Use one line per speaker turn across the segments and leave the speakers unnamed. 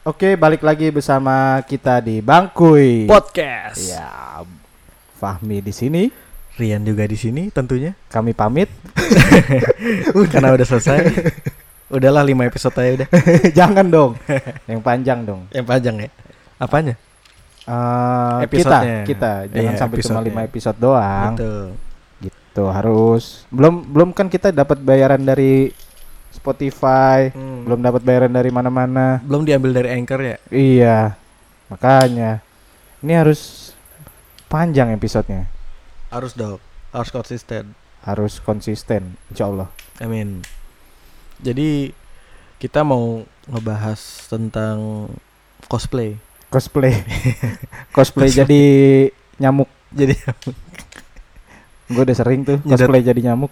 Oke, balik lagi bersama kita di Bangkuy.
Podcast.
Ya, Fahmi di sini.
Iya, Rian juga di sini tentunya.
Kami pamit.
Karena udah selesai. Udahlah 5 episode aja udah.
Jangan dong, yang panjang dong.
Yang panjang ya. Apanya?
Eh,
Episode-nya.
kita, kita jangan
Iya,
sampai cuma
episode-nya.
5 episode doang.
Betul.
Gitu harus. Belum belum kan kita dapat bayaran dari Spotify,
Hmm.
belum dapat bayaran dari mana-mana.
Belum diambil dari anchor ya.
Iya, makanya ini harus panjang episodenya,
Harus dong. Harus konsisten.
harus konsisten, insya Allah.
Amin. Jadi kita mau ngebahas tentang cosplay.
Cosplay, cosplay jadi nyamuk.
Jadi
Gue udah sering tuh
Nyedot.
cosplay jadi nyamuk.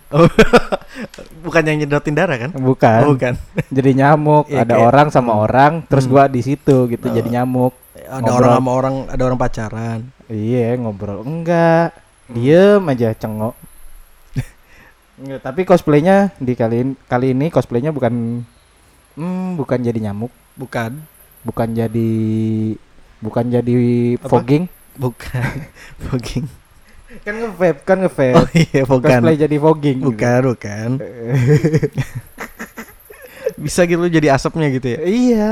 bukan yang nyedotin darah kan?
Bukan,
Oh, bukan.
jadi nyamuk.
Iya,
ada
kayak-
orang sama orang, terus
Hmm.
gua di situ gitu
Oh.
jadi nyamuk.
Ada
Ngobrol.
orang sama orang, ada orang pacaran.
Iya ngobrol enggak,
Hmm.
diem aja cengok. Enggak, tapi cosplaynya di kali in- kali ini cosplaynya bukan, hmm, bukan jadi nyamuk,
Bukan.
bukan jadi, bukan jadi
Apa?
fogging.
Bukan. Fogging.
Kan nge-vape, kan nge-vape.
Oh iya, bukan.
Cosplay jadi fogging. gitu.
Bukan, bukan. Bisa gitu lu jadi asapnya gitu ya.
Iya,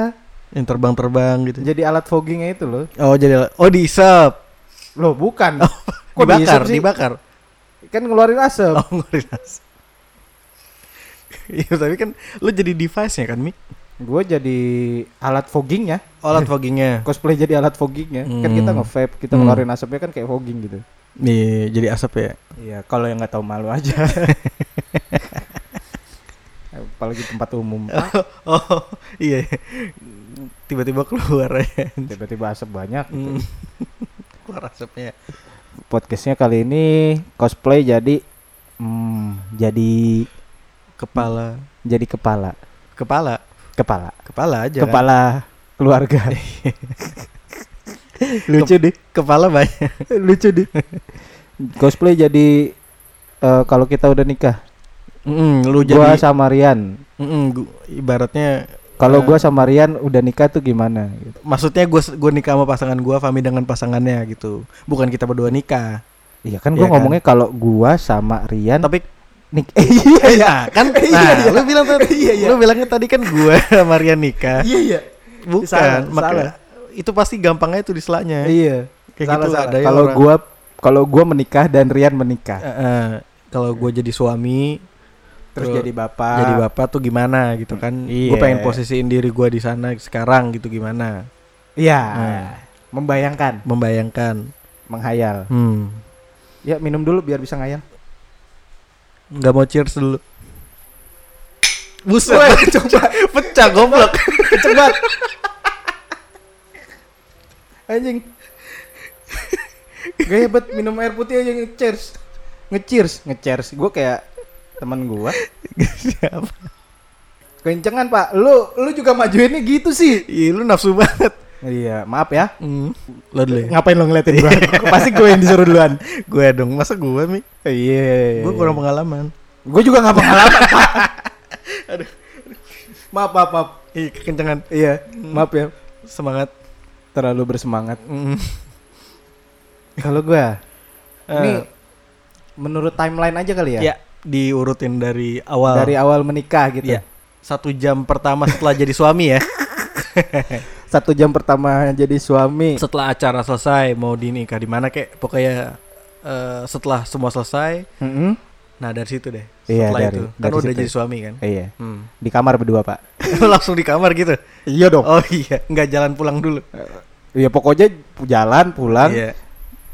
Yang terbang-terbang gitu.
jadi alat foggingnya itu loh.
Oh, jadi oh diisep.
Loh bukan,
Oh,
Kok
dibakar,
diisep sih?
dibakar.
kan ngeluarin asap.
Oh, ngeluarin asap. Iya, tapi kan lu jadi device-nya kan, Mi?
Gue jadi alat foggingnya,
Olat Oh, foggingnya.
cosplay jadi alat foggingnya. Kan kita
Hmm.
nge-vape, kita
Hmm.
ngeluarin asapnya kan kayak fogging gitu.
Nih, jadi asap ya.
Iya, kalau yang nggak tahu malu aja. Apalagi tempat umum,
Oh, iya. iya. Tiba-tiba keluar ya.
tiba-tiba asap banyak. Gitu.
Hmm. keluar asapnya.
Podcastnya kali ini cosplay jadi, hmm, jadi,
Kepala,
jadi kepala,
kepala,
kepala,
kepala aja. kan?
kepala keluarga. Lucu deh,
Kepala banyak.
lucu deh. Cosplay jadi eh, kalau kita udah nikah,
Mm, lu
gua
jadi
sama Rian.
mm, gu- ibaratnya eh,
Kalau gua sama Rian udah nikah tuh gimana? Gitu.
maksudnya gue gue nikah sama pasangan gue, Fami dengan pasangannya gitu. Bukan kita berdua nikah.
Iya kan gua
Iya kan?
ngomongnya kalau gua sama Rian
Tapi
nik
iya kan. Nah, lu bilang tadi, lu bilangnya tadi kan gue sama Rian nikah.
Iya iya.
Bukan,
Salah, salah.
maka itu pasti gampangnya itu di selanya.
Iya.
Kayak
salah,
gitu
salah.
ada ya
Kalau
orang.
gua kalau gua menikah dan Rian menikah,
Eh, eh, kalau gue jadi suami,
terus
Terus
jadi bapak.
jadi bapak tuh gimana gitu kan?
Iya.
Gue pengen posisiin diri gue di sana sekarang gitu gimana?
Iya.
Nah.
Membayangkan,
Membayangkan.
menghayal.
Hmm.
Ya minum dulu biar bisa ngayal.
Nggak mau cheers dulu. Buset, coba pecah goblok.
Cepat. Anjing. Gak hebat minum air putih aja nge-cheers. Nge-cheers, nge-cheers. Gua kayak teman gua.
Siapa?
Kencengan, Pak. Lu lu juga majuinnya gitu sih.
Ih, lu nafsu banget.
Iya, maaf ya.
Hmm. Lo dulu. ya?
Ngapain lo ngeliatin gua? Pasti gue yang disuruh duluan.
Gue dong, masa gue mi?
Iya.
Gue kurang pengalaman.
Gue juga nggak pengalaman. Pak. Maaf, maaf, maaf.
Ih, kekencangan.
Iya, maaf ya.
Semangat.
Terlalu bersemangat.
Hmm.
Kalau gua
Eh,
ini menurut timeline aja kali ya.
ya diurutin dari awal.
Dari awal menikah gitu.
Iya. Satu jam pertama setelah jadi suami ya.
Satu jam pertama jadi suami.
Setelah acara selesai mau dinikah di mana kek? Pokoknya eh, setelah semua selesai.
Mm-mm.
Nah dari situ deh.
Iya,
Setelah
dari-
itu. Kan
dari
udah
situ.
jadi suami kan.
Iya.
Hmm.
Di kamar berdua, Pak.
Langsung di kamar gitu.
Iya dong.
Oh iya, nggak jalan pulang dulu.
Iya, pokoknya jalan pulang
Iya. Hmm.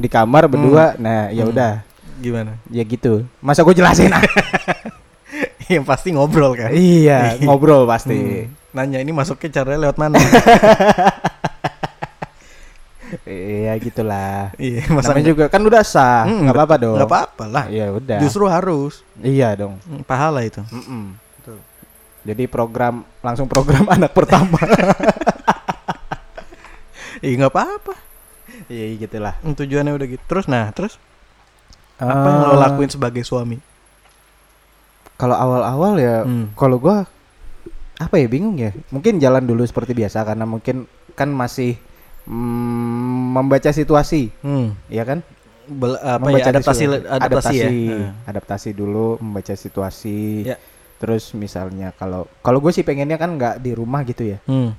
di kamar berdua. Nah, ya udah.
Gimana?
Ya gitu. Masa gue jelasin? ah?
Yang pasti ngobrol kan.
iya, ngobrol pasti.
Hmm. Nanya ini masuknya caranya lewat mana?
Iya, gitulah.
iya,
Namanya juga kan udah sah,
Hmm,
nggak apa-apa dong.
Enggak apa-apa lah.
Iya udah.
Justru harus
Iya dong.
Hmm, pahala itu.
Betul. Jadi program langsung program anak pertama.
Iya, nggak apa-apa.
Iya gitulah.
Hmm, Tujuannya udah gitu. Terus nah, terus apa yang
Ah.
lo lakuin sebagai suami?
Kalau awal-awal ya,
Hmm.
kalau gua apa ya bingung ya. Mungkin jalan dulu seperti biasa karena mungkin kan masih mm, membaca situasi,
Hmm.
ya kan?
Bel- apa ya
Membaca
adaptasi
situasi.
adaptasi, ya. Heeh.
adaptasi dulu, membaca situasi.
Ya.
Terus misalnya kalau kalau gue sih pengennya kan nggak di rumah gitu ya.
Hmm.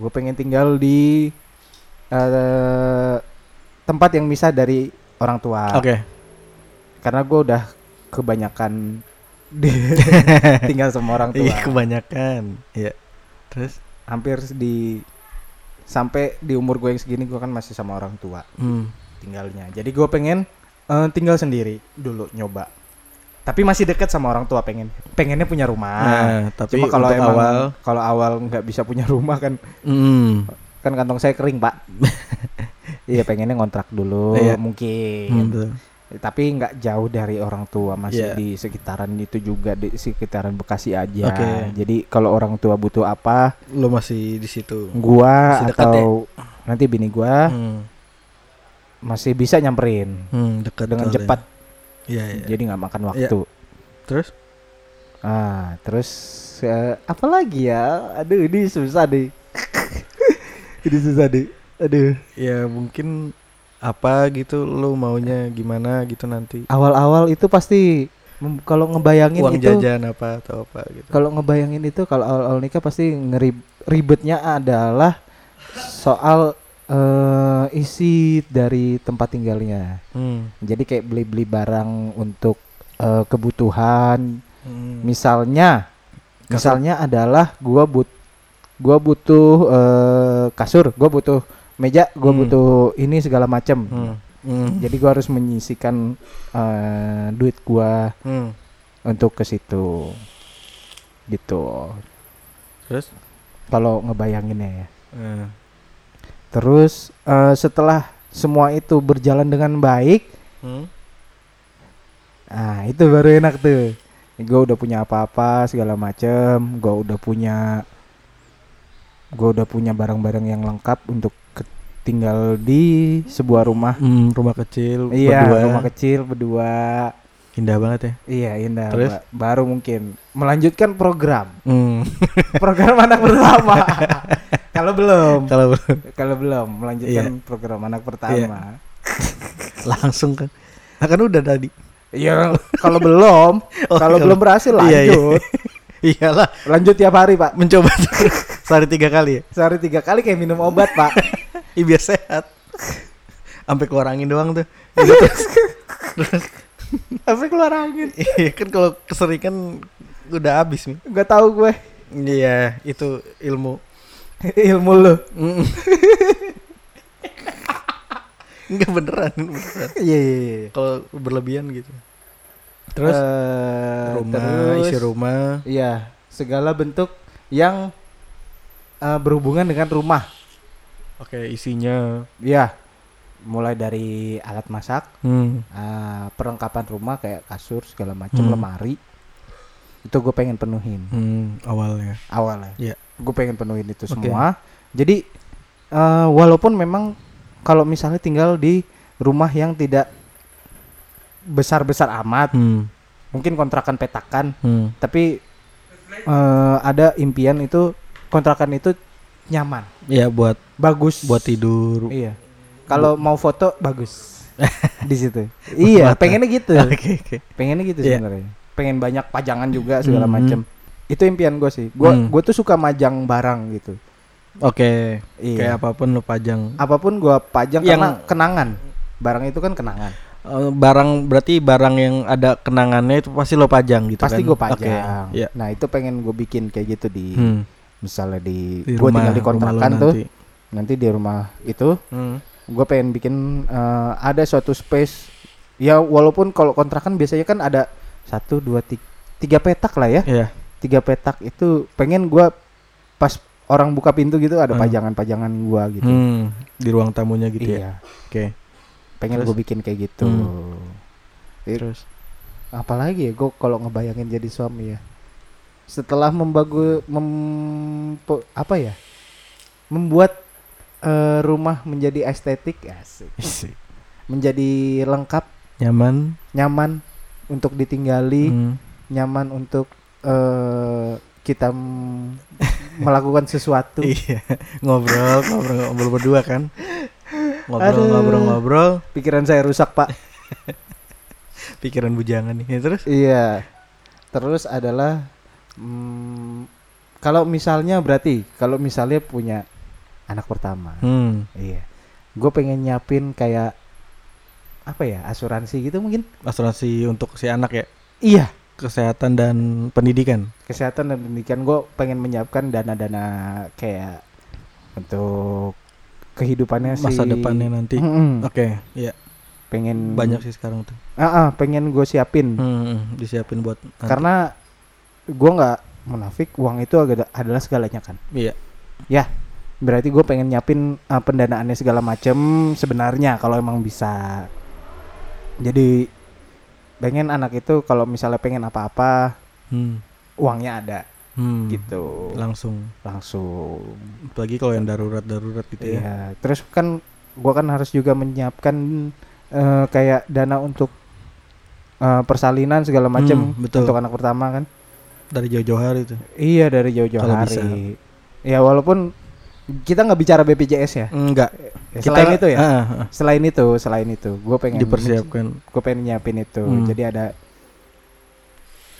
Gue pengen tinggal di eh, tempat yang bisa dari orang tua.
Oke.
Karena gue udah kebanyakan di- tinggal sama orang
Iya,
tua.
kebanyakan. Iya. Terus
Hampir di sampai di umur gue yang segini gue kan masih sama orang tua
hmm.
tinggalnya. Jadi gue pengen eh, tinggal sendiri dulu nyoba. Tapi masih dekat sama orang tua pengen. Pengennya punya rumah.
Nah, tapi
Cuma kalau
untuk
emang-
awal
kalau awal nggak bisa punya rumah kan
Hmm.
kan kantong saya kering pak. Iya pengennya ngontrak dulu
Iya. Hmm,
mungkin.
betul.
Tapi nggak jauh dari orang tua masih
Iya.
di sekitaran itu juga di sekitaran Bekasi aja.
Oke.
Jadi kalau orang tua butuh apa,
Lo masih di situ.
gua
Masih dekat
atau nanti bini gua
Hmm.
masih bisa nyamperin
Hmm, dekat
dengan
soalnya.
cepat.
Iya, iya.
Jadi nggak makan
Iya.
waktu.
Terus
Ah, terus eh, apa lagi ya? Aduh, ini susah deh. ini susah deh. Aduh.
ya mungkin apa gitu lo maunya gimana gitu nanti.
Awal-awal itu pasti mem- kalau ngebayangin
Uang
itu
jajan apa atau apa gitu.
kalau ngebayangin itu kalau awal-awal nikah pasti ngerib ribetnya adalah soal eh, isi dari tempat tinggalnya.
Hmm.
Jadi kayak beli-beli barang untuk eh, kebutuhan.
Hmm.
Misalnya
Kasur.
misalnya adalah gua but gua butuh eh, kasur, gua butuh meja, gua
Hmm.
butuh ini segala macem
Hmm. Hmm.
Jadi gua harus menyisikan eh, duit gua
Hmm.
untuk ke situ. Gitu.
Terus
Kalau ngebayanginnya ya.
Eh,
Terus eh, setelah semua itu berjalan dengan baik,
hmm.
Nah, itu baru enak tuh. Gue udah punya apa-apa segala macem. Gue udah punya, gue udah punya barang-barang yang lengkap untuk ke- tinggal di sebuah rumah.
Hmm, rumah kecil
Iya,
berdua.
rumah kecil berdua.
Indah banget ya.
Iya, indah.
Terus?
Ba- Baru mungkin melanjutkan program,
Hmm.
program anak pertama. Kalau belum,
Kalau
kalau belum melanjutkan
Iya.
program anak pertama.
langsung kan. Nah, kan udah tadi.
Iya, kalau belum,
Oh,
kalau belum berhasil lanjut,
Iya, iya. Iyalah,
lanjut tiap hari pak.
mencoba sehari tiga kali ya.
Sehari tiga kali kayak minum obat pak.
Ih, biar sehat. Sampai keluar angin doang tuh. Gitu terus. Terus,
Sampai keluar angin.
iya kan kalau keseringan udah habis nih.
Gak tahu gue
Iya, itu ilmu.
ilmu lu.
Mm. Enggak beneran, beneran.
Iya iya iya.
Kalau berlebihan gitu.
Terus
Terus rumah, isi rumah.
Eh, Iya, segala bentuk yang eh, berhubungan dengan rumah.
Oke, isinya.
Iya. Mulai dari alat masak,
Hmm.
eh, perlengkapan rumah kayak kasur segala macam,
Hmm.
lemari. Itu gue pengen penuhin
Hmm, awalnya.
awalnya.
Iya.
Gue pengen penuhin itu
Oke.
semua. Jadi eh, walaupun memang kalau misalnya tinggal di rumah yang tidak besar-besar amat
Hmm.
mungkin kontrakan petakan
Hmm.
tapi eh, ada impian itu kontrakan itu nyaman
Ya buat
bagus
buat tidur.
iya kalau mau foto bagus di situ iya
Mata.
pengennya gitu
Iya. oke.
pengennya gitu
Iya.
sebenarnya pengen banyak pajangan juga segala
Mhm.
macem itu impian gue sih gue
Hmm.
tuh suka majang barang gitu
Oke,
iya
kayak apapun lo pajang.
apapun gue pajang
Yang-
karena kenangan barang itu kan kenangan
Eh, barang berarti barang yang ada kenangannya itu pasti lo pajang gitu
pasti
kan?
gue
Oke,
pajang
Iya.
nah itu pengen gue bikin kayak gitu di
Hmm.
misalnya di, gue
Di rumah,
tinggal di
rumah lo
kontrakan tuh
nanti.
nanti di rumah itu
Hmm.
gue pengen bikin eh, ada suatu space ya walaupun kalau kontrakan biasanya kan ada satu dua tiga, tiga petak lah ya
Iya.
tiga petak itu pengen gue pas orang buka pintu gitu ada
Hmm.
pajangan-pajangan gue gitu
Hmm. Di ruang tamunya gitu ya.
iya
Oke.
pengen
Terus? Hmm.
gue bikin kayak gitu Iya.
Terus.
apalagi ya gue kalau ngebayangin jadi suami ya setelah membagu mem apa ya membuat eh, rumah menjadi estetik asik
Isi.
menjadi lengkap
Nyaman.
nyaman untuk ditinggali
Hmm.
nyaman untuk eh, kita m- melakukan sesuatu
Iya, ngobrol, ngobrol, ngobrol berdua kan. Ngobrol,
Aduh.
ngobrol, ngobrol,
pikiran saya rusak pak
pikiran bujangan nih. Ya, terus
iya terus adalah mm, kalau misalnya berarti kalau misalnya punya anak pertama
hmm,
iya gue pengen nyiapin kayak apa ya asuransi gitu mungkin
asuransi untuk si anak ya,
iya
kesehatan dan pendidikan.
kesehatan dan pendidikan gue pengen menyiapkan dana-dana kayak untuk kehidupannya
Masa
Ya, si- Hmm.
depannya nanti.
Mm-mm.
Oke, iya,
pengen
banyak sih sekarang tuh.
Ah, ah, pengen gue siapin
Hmm, disiapin buat nanti.
karena gue nggak munafik uang itu agak adalah segalanya kan
iya.
berarti gue pengen nyiapin uh, pendanaannya segala macem sebenarnya kalau emang bisa jadi pengen anak itu kalau misalnya pengen apa-apa
Hmm.
uangnya ada
Hmm.
gitu
Langsung.
langsung
Apalagi kalau yang darurat-darurat gitu ya.
Iya, terus kan gua kan harus juga menyiapkan eh, kayak dana untuk eh, persalinan segala macam
Hmm, betul.
untuk anak pertama kan.
Dari jauh-jauh hari itu.
Iya dari jauh-jauh
Kalau
hari.
bisa.
Ya walaupun kita nggak bicara BPJS ya.
Enggak.
Ya, selain itu ya.
Ah, ah,
Selain itu, selain itu, gue pengen
dipersiapkan.
Gue pengen nyiapin itu.
Hmm.
Jadi ada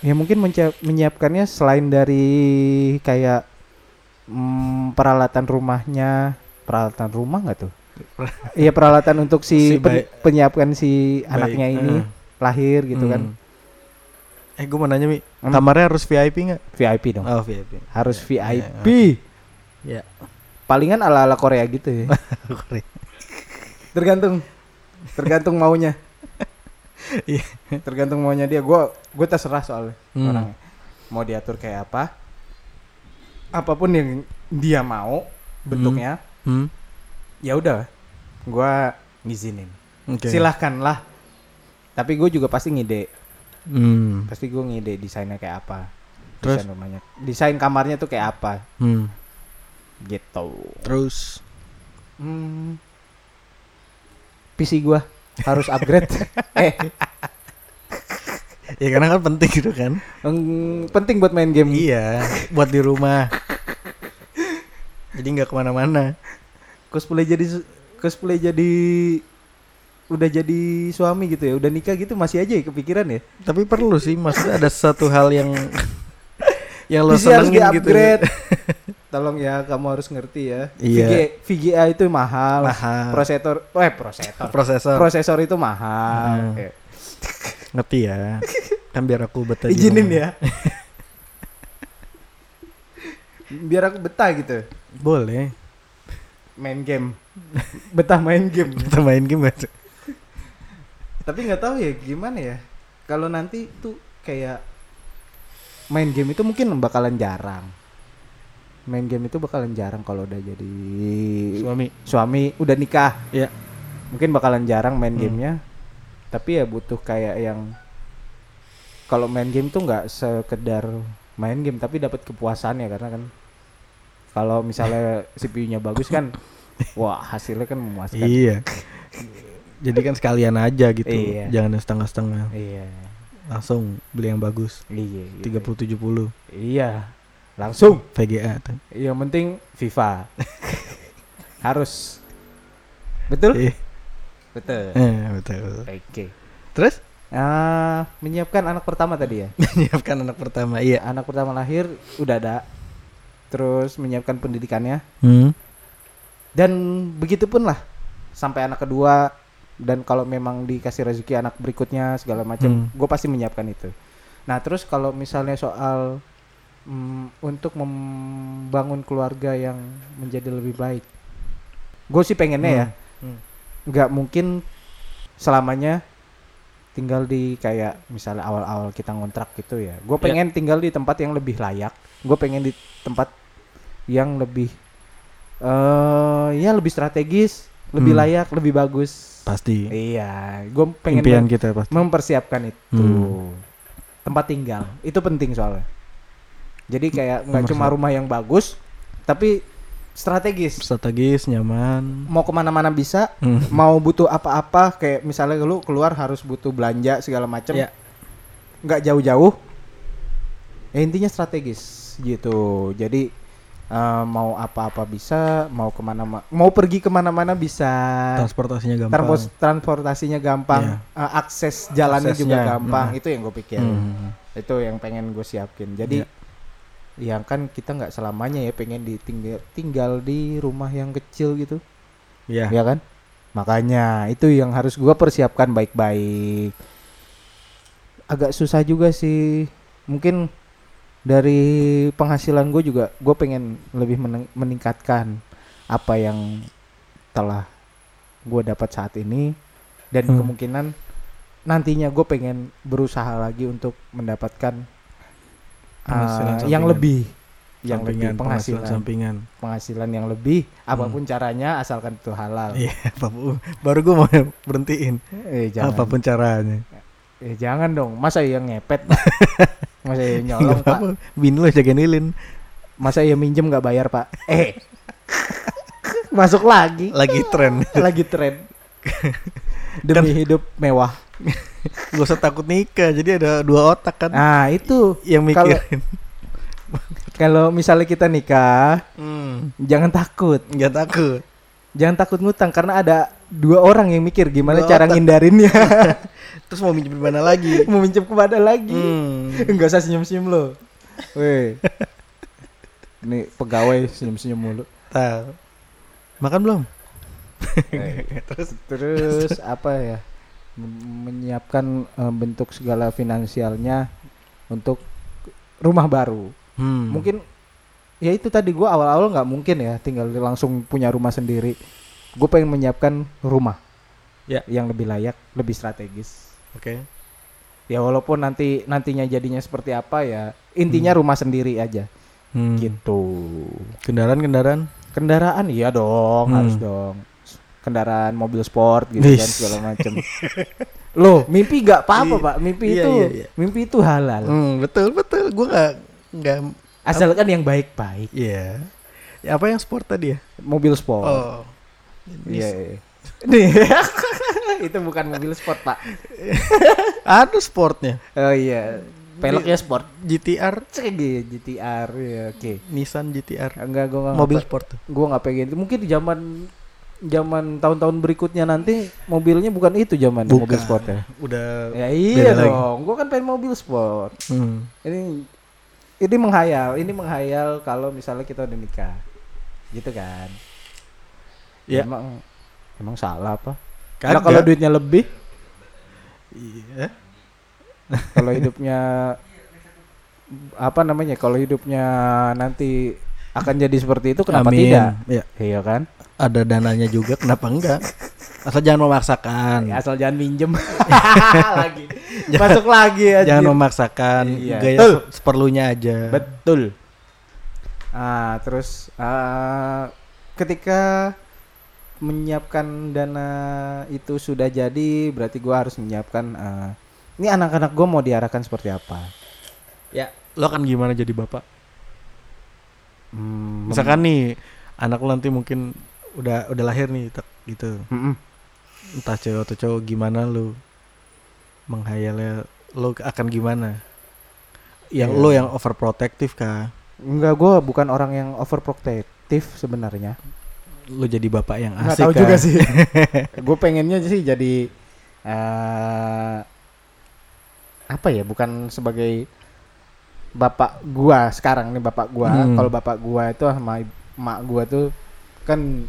ya mungkin menca- menyiapkannya selain dari kayak mm, peralatan rumahnya, peralatan rumah nggak tuh? Iya peralatan untuk si,
Si
pen-
bayi-
penyiapkan si anaknya
Baik,
ini
ah.
lahir gitu kan
Hmm. Eh, gue mau nanya Mi,
Hmm.
kamarnya harus VIP nggak?
VIP dong
Oh, VIP.
harus
ya,
VIP
Ya.
palingan ala ala Korea gitu ya tergantung tergantung maunya
Iya.
tergantung maunya dia gue gue terserah soalnya
Hmm.
orangnya mau diatur kayak apa apapun yang dia mau bentuknya
Hmm.
ya udah gue ngizinin
Oke.
silahkanlah tapi gue juga pasti ngide
Hmm.
pasti gue ngide desainnya kayak apa
Terus?
desain rumahnya desain kamarnya tuh kayak apa
Hmm.
gitu
Terus
hmm. PC gua harus upgrade eh
ya karena kan penting gitu kan.
mm, penting buat main game
iya, buat di rumah. Jadi nggak kemana-mana.
cosplay jadi su- cosplay jadi udah jadi suami gitu ya udah nikah gitu masih aja ya kepikiran ya
Tapi perlu sih, maksudnya ada satu hal yang yang lo
PC harus di
senengin gitu.
upgrade ya. tolong ya kamu harus ngerti ya
Iya.
VG VGA itu mahal,
Mahal.
prosetor eh prosetor
Prosesor.
prosesor itu mahal
Hmm.
Eh,
Ngerti ya. Kan biar aku betah di
izinin
rumah.
ya biar aku betah gitu
Boleh.
main game betah main game
Kita main game gak tuh?
tapi nggak tahu ya gimana ya kalau nanti tuh kayak main game itu mungkin bakalan jarang main game itu bakalan jarang kalau udah jadi
Suami.
suami udah nikah
Iya.
mungkin bakalan jarang main
Hmm.
gamenya tapi ya butuh kayak yang kalau main game tuh nggak sekedar main game tapi dapat kepuasannya karena kan kalau misalnya CPU-nya bagus kan wah hasilnya kan memuaskan
Iya. Jadi kan sekalian aja gitu.
Iya.
Jangan yang setengah-setengah.
iya
Langsung beli yang bagus.
iya iya.
30-70
iya langsung
VGA tuh.
yang penting FIFA harus betul
Iya.
betul
Eh, betul, betul.
oke
Terus
Ah, menyiapkan anak pertama tadi ya
menyiapkan anak pertama. Iya.
anak pertama lahir udah ada terus menyiapkan pendidikannya
Hmm.
dan begitu pun lah sampai anak kedua dan kalau memang dikasih rezeki anak berikutnya segala macam
Hmm.
gue pasti menyiapkan itu nah terus kalau misalnya soal mm, untuk membangun keluarga yang menjadi lebih baik gue sih pengennya ya
Hmm.
nggak mungkin selamanya tinggal di kayak misalnya awal-awal kita ngontrak gitu ya gue
Ya.
pengen tinggal di tempat yang lebih layak gue pengen di tempat yang lebih eh ya lebih strategis lebih
Hmm.
layak lebih bagus
Pasti.
iya gue pengen
Impian
mem-
kita pasti.
mempersiapkan itu
Hmm.
tempat tinggal itu penting soalnya jadi kayak nggak
Nomor
cuma
satu.
rumah yang bagus tapi strategis
Strategis, nyaman.
mau kemana-mana bisa
Hmm.
mau butuh apa-apa kayak misalnya lu keluar harus butuh belanja segala macam
Iya.
nggak jauh-jauh ya intinya strategis gitu jadi Eh, mau apa-apa bisa, mau kemana ma- mau pergi kemana-mana bisa.
Ah, transportasinya gampang Iya.
Transpos- transportasinya gampang, eh, akses jalannya juga
Aksesnya,
gampang.
hmm.
Itu yang gue pikir.
Hmm.
Itu yang pengen gue siapin. Jadi
Iya.
yang kan kita nggak selamanya ya pengen ditinggal tinggal di rumah yang kecil gitu,
ya
ya kan? Makanya itu yang harus gua persiapkan baik-baik. Agak susah juga sih. Mungkin dari penghasilan gue juga gue pengen lebih meneng- meningkatkan apa yang telah gue dapat saat ini dan
Hmm.
kemungkinan nantinya gue pengen berusaha lagi untuk mendapatkan uh,
Penghasilan
yang
sampingan.
lebih yang lebih
sampingan penghasilan Hmm.
penghasilan
sampingan
penghasilan yang lebih apapun caranya asalkan itu halal
iya apapun baru gue mau berhentiin
eh jangan
apapun caranya
eh, jangan dong masa iya ngepet masa iya
nggak
nyolong pak
apa bin lo jagain lilin
masa iya minjem nggak bayar pak eh masuk lagi
lagi tren
lagi tren demi hidup mewah
gak usah takut nikah jadi ada dua otak kan
nah itu
yang
kalau-
mikirin
kalau misalnya kita nikah
Hmm,
jangan takut
nggak takut
jangan takut ngutang karena ada dua orang yang mikir gimana
Dua
cara
otak.
ngindarinnya
terus mau minjem mana lagi
mau minjem kepada lagi
hmm.
nggak usah senyum senyum lo weh ini pegawai senyum senyum mulu
Tahu. makan belum
terus Iya. terus apa ya Mem- menyiapkan eh, bentuk segala finansialnya untuk rumah baru
Hmm.
mungkin ya itu tadi gua awal-awal nggak mungkin ya tinggal langsung punya rumah sendiri gue pengen menyiapkan rumah
Ya.
yang lebih layak lebih strategis
oke
ya walaupun nanti nantinya jadinya seperti apa ya intinya rumah sendiri aja
Hmm.
gitu
kendaraan kendaraan
kendaraan iya dong
Hmm.
harus dong kendaraan mobil sport gitu kan
Wis.
segala macem loh mimpi gak apa-apa
Iya,
pak mimpi
iya,
itu
iya, iya.
mimpi itu halal
Hmm, betul betul gue nggak nggak
asalkan yang baik-baik
iya Ya, apa yang sport tadi ya
mobil sport
oh,
Iya.
Jadi
iya. Nih. itu bukan mobil sport, Pak.
ada sportnya
Oh iya. Peleknya sport.
GTR
Cek gitu, GTR ya, oke.
Nissan GTR
Enggak gua nggak-
mobil sport tuh.
gua nggak pengen itu. Mungkin di zaman zaman tahun-tahun berikutnya nanti mobilnya bukan itu zaman mobil
Bukan.
sport ya.
udah
Ya iya
Beda lagi.
dong. Gua kan pengen mobil sport.
Hmm.
Ini ini menghayal, ini menghayal kalau misalnya kita udah nikah. Gitu kan.
Ya.
Emang emang salah apa? Karena
Kagak.
kalau duitnya lebih,
Iya.
kalau hidupnya apa namanya kalau hidupnya nanti akan jadi seperti itu kenapa
Amin.
tidak
Ya,
iya kan
ada dananya juga kenapa enggak? Asal jangan memaksakan.
Ya, asal jangan minjem lagi masuk lagi anjir.
jangan memaksakan.
Iya.
Gaya
Betul.
se- seperlunya aja.
betul ah terus ah, ketika menyiapkan dana itu sudah jadi berarti gua harus menyiapkan ah, ini anak-anak gua mau diarahkan seperti apa
Ya, lo kan gimana jadi bapak?
Hmm, mem-
Misalkan nih anak lo nanti mungkin udah udah lahir nih tek, gitu.
Mm-mm.
Entah cewek atau cowok gimana lo menghayalnya lo akan gimana? Yang
Iya.
lo yang overprotective kah?
Enggak, gue bukan orang yang overprotective sebenarnya.
Lo jadi bapak yang
Nggak
asik
tahu
kah?
juga sih. gue pengennya sih jadi eh apa ya? Bukan sebagai bapak gua sekarang nih bapak gua.
Hmm.
Kalau bapak gua itu sama ib- emak gua tuh kan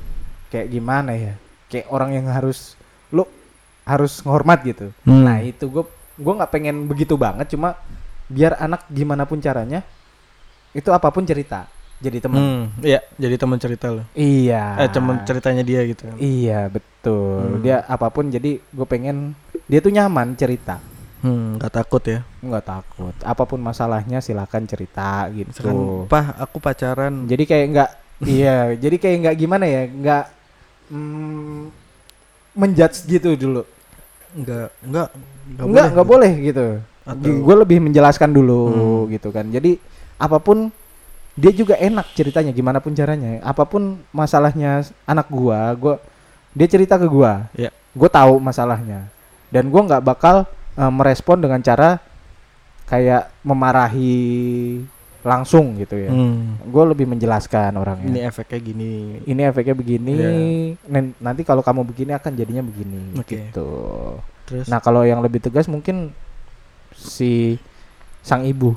kayak gimana ya? Kayak orang yang harus lu harus ngormat gitu.
Hmm.
Nah itu gue gue nggak pengen begitu banget cuma biar anak gimana pun caranya itu apapun cerita jadi teman.
Hmm, iya, jadi teman cerita lo.
Iya.
Eh, teman ceritanya dia gitu. kan.
Iya betul.
Hmm.
Dia apapun jadi gue pengen dia tuh nyaman cerita
Hmm, gak takut ya.
nggak takut apapun masalahnya silakan cerita gitu.
Misalkan, "Pah, aku pacaran.
Jadi kayak nggak iya jadi kayak nggak gimana ya nggak mm, menjudge gitu dulu.
Enggak, enggak,
Enggak nggak boleh gitu.
Atau-
Gue lebih menjelaskan dulu gitu kan. Jadi apapun dia juga enak ceritanya gimana pun caranya. Apapun masalahnya anak gua, gua dia cerita ke gua.
Iya.
Gue tahu masalahnya. Dan gua nggak bakal eh, merespon dengan cara kayak memarahi langsung gitu ya.
Hmm.
Gue lebih menjelaskan orangnya.
Ini efeknya gini.
Ini efeknya begini.
Iya.
nen- Nanti kalau kamu begini akan jadinya begini.
Oke.
Gitu.
Terus
Nah kalau yang lebih tegas mungkin si sang ibu.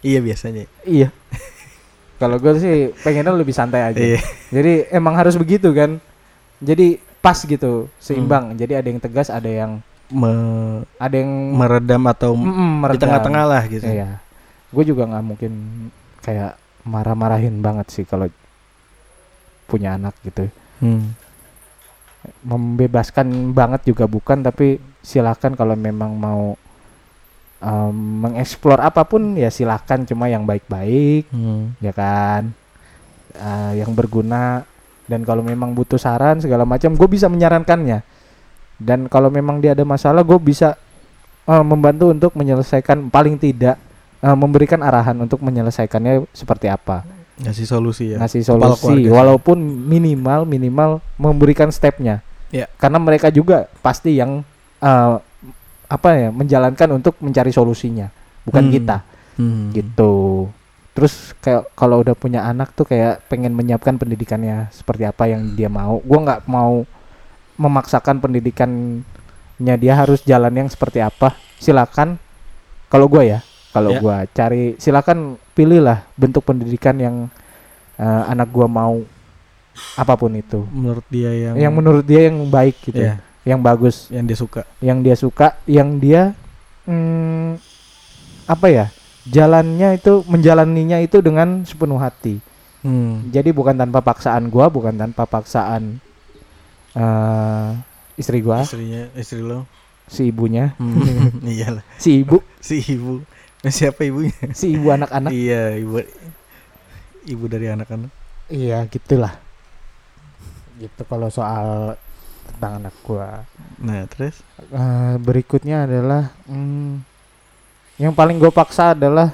iya biasanya.
Iya. Kalau gue sih pengennya lebih santai aja.
Iya.
Jadi emang harus begitu kan. Jadi pas gitu, seimbang.
Hmm.
Jadi ada yang tegas, ada yang
Me-
ada yang
Mm, meredam atau
Mm-mm,
di
meredam.
tengah-tengah lah gitu.
Iya. Gue juga nggak mungkin kayak marah-marahin banget sih kalau punya anak gitu.
Hmm.
Membebaskan banget juga bukan, tapi silakan kalau memang mau em, mengeksplor apapun ya silakan cuma yang baik-baik
Hmm.
ya kan Eh, yang berguna dan kalau memang butuh saran segala macam gue bisa menyarankannya dan kalau memang dia ada masalah gue bisa eh, membantu untuk menyelesaikan paling tidak eh, memberikan arahan untuk menyelesaikannya seperti apa
Ngasih solusi ya.
ngasih
kepala
solusi
keluarga.
walaupun minimal minimal memberikan stepnya
Iya.
karena mereka juga pasti yang eh, apa ya menjalankan untuk mencari solusinya bukan
Hmm.
kita
Hmm.
gitu terus kayak kalau udah punya anak tuh kayak pengen menyiapkan pendidikannya seperti apa yang dia mau gua nggak mau memaksakan pendidikannya dia harus jalan yang seperti apa silakan kalau gua ya kalau
Ya.
gua cari silakan pilihlah bentuk pendidikan yang eh, anak gua mau apapun itu
Menurut dia yang
yang menurut dia yang baik gitu
Iya,
yang bagus
yang dia suka.
yang dia suka, yang dia mm, apa ya? Jalannya itu menjalaninya itu dengan sepenuh hati.
Hmm.
Jadi bukan tanpa paksaan gua, bukan tanpa paksaan eh istri gua,
Istrinya, istri lo.
si ibunya,
Hmm. Iyalah.
si ibu,
Si ibu. Nah, siapa ibunya?
si ibu anak-anak.
Iya, ibu. Ibu dari anak-anak.
Iya, gitulah. Gitu kalau soal tentang anak gua.
Nah, terus
Eh, berikutnya adalah mm, yang paling gue paksa adalah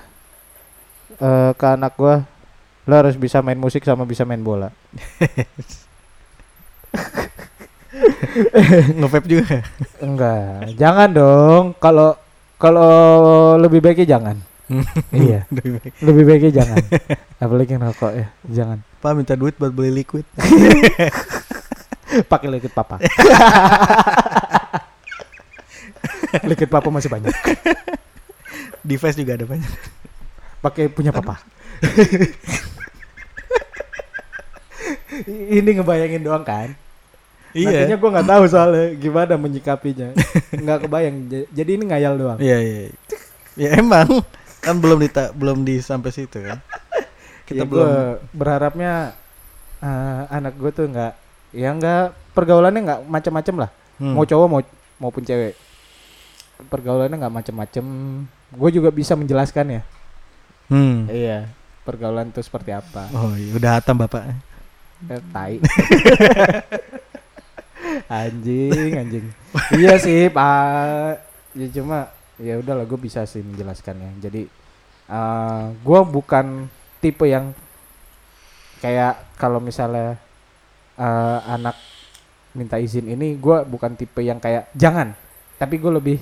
eh, ke anak gue lo harus bisa main musik sama bisa main bola
nge-vape juga.
enggak jangan dong kalau kalau lebih baiknya jangan iya
Lebih baik.
lebih baiknya jangan apalagi yang rokok ya jangan
Pak minta duit buat beli liquid.
pakai liquid papa liquid papa masih banyak
Device juga ada banyak.
pakai punya papa ini ngebayangin doang kan
Iya.
Nantinya gue nggak tahu soalnya gimana menyikapinya. Nggak kebayang. J- Jadi ini ngayal doang.
Iya, iya. iya. Ya emang kan belum dita belum di sampai situ kan.
Ya, gua
Kita belum
berharapnya eh, anak gue tuh nggak ya nggak pergaulannya nggak macem-macem lah.
Hmm.
Mau cowok mau maupun cewek. Pergaulannya nggak macem-macem. Gue juga bisa menjelaskan ya.
Hmm.
Iya. Pergaulan tuh seperti apa?
Oh, iya, udah hatam Bapak.
Eh, tai. anjing, anjing. iya sih, Pak. Ya cuma ya udahlah gue bisa sih menjelaskannya. Jadi eh gue bukan tipe yang kayak kalau misalnya eh, anak minta izin ini gue bukan tipe yang kayak jangan tapi gue lebih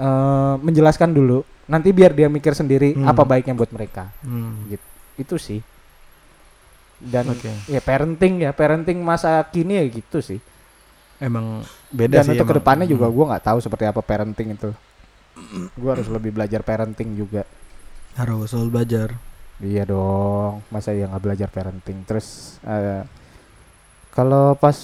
eh, menjelaskan dulu nanti biar dia mikir sendiri
Hmm.
apa baiknya buat mereka
Hmm.
itu sih dan
Oke.
ya parenting ya parenting masa kini ya gitu sih
Emang beda
dan
sih.
untuk
emang.
kedepannya juga
Hmm.
gua nggak tahu seperti apa parenting itu Gua harus lebih belajar parenting juga
harus selalu belajar.
iya dong masa ya nggak belajar parenting terus eh, kalau pas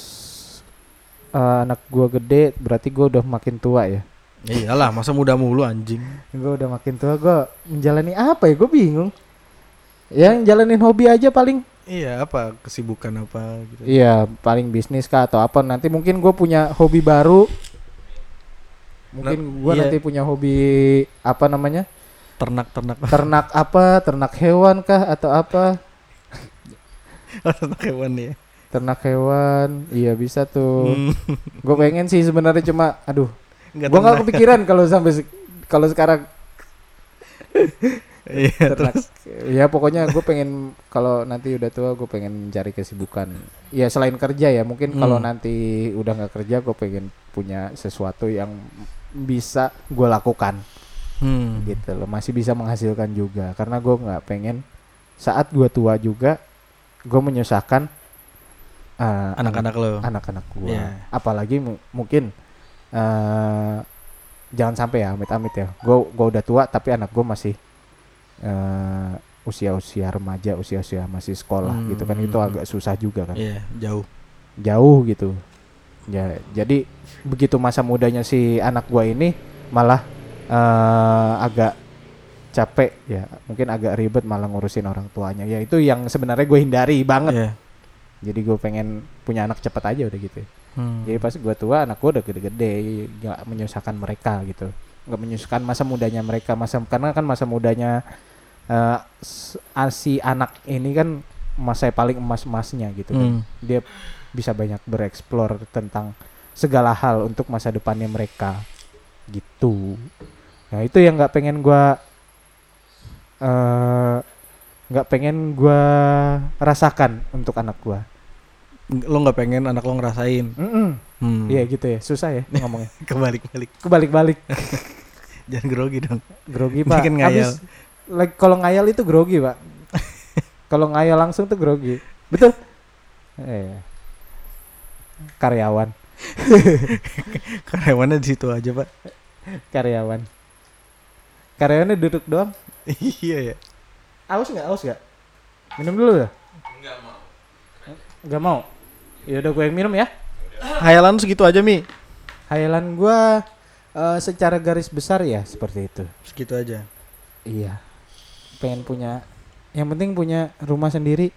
eh, anak gua gede berarti gua udah makin tua ya
Iyalah, masa muda mulu anjing.
Gua udah makin tua gua menjalani apa ya gue bingung ya jalanin hobi aja paling
Iya, apa kesibukan apa gitu.
Iya, paling bisnis kah atau apa nanti mungkin gue punya hobi baru. Mungkin gue
iya.
nanti punya hobi apa namanya?
Ternak-ternak
Ternak apa? Ternak hewan kah atau apa?
ternak hewan ya.
Ternak hewan. Iya, bisa tuh.
Hmm.
Gue pengen sih sebenarnya cuma aduh,
Enggak
gue nggak
ternak.
kepikiran kalau sampai se- kalau sekarang
Iya,
ternak. Ya pokoknya gue pengen kalau nanti udah tua gue pengen mencari kesibukan. Ya selain kerja ya mungkin kalau
Hmm.
nanti udah nggak kerja gue pengen punya sesuatu yang bisa gue lakukan.
Hmm.
gitu loh masih bisa menghasilkan juga karena gue nggak pengen saat gue tua juga gue menyusahkan eh,
Anak-anak lo.
anak-anak gue
Iya.
apalagi mu- mungkin eh jangan sampai ya amit-amit ya gue gua udah tua tapi anak gue masih eh, usia-usia remaja usia-usia masih sekolah
Hmm,
gitu kan
hmm,
itu
hmm.
agak susah juga kan
Iya, jauh.
jauh gitu. Ya, jadi begitu masa mudanya si anak gua ini malah eh, agak capek ya, mungkin agak ribet malah ngurusin orang tuanya. Ya itu yang sebenarnya gue hindari banget.
Iya.
Jadi gue pengen punya anak cepet aja udah gitu.
Hmm.
Jadi pas gua tua anak gua udah gede-gede, nggak menyusahkan mereka gitu. Nggak menyusahkan masa mudanya mereka, masa karena kan masa mudanya eh, s- si anak ini kan masa paling emas-emasnya gitu kan
Hmm.
dia bisa banyak bereksplor tentang segala hal untuk masa depannya mereka gitu nah itu yang nggak pengen gua eh, nggak pengen gua rasakan untuk anak gua
Lo nggak pengen anak lo ngerasain.
Mm-mm.
Hmm.
iya gitu ya susah ya ngomongnya
Kebalik-balik.
kebalik-balik
Jangan grogi dong.
grogi pak
Bikin
Abis,
ngayal.
like, kalau ngayal itu grogi pak kalau ngayal langsung tuh grogi betul eh, karyawan
Karyawannya di situ aja, Pak.
karyawan karyawannya duduk doang
iya ya.
aus nggak aus nggak minum dulu ya nggak mau ya udah gue yang minum ya
Hayalan lu segitu aja Mi.
hayalan gue eh, secara garis besar ya seperti itu
Segitu aja.
iya pengen punya yang penting punya rumah sendiri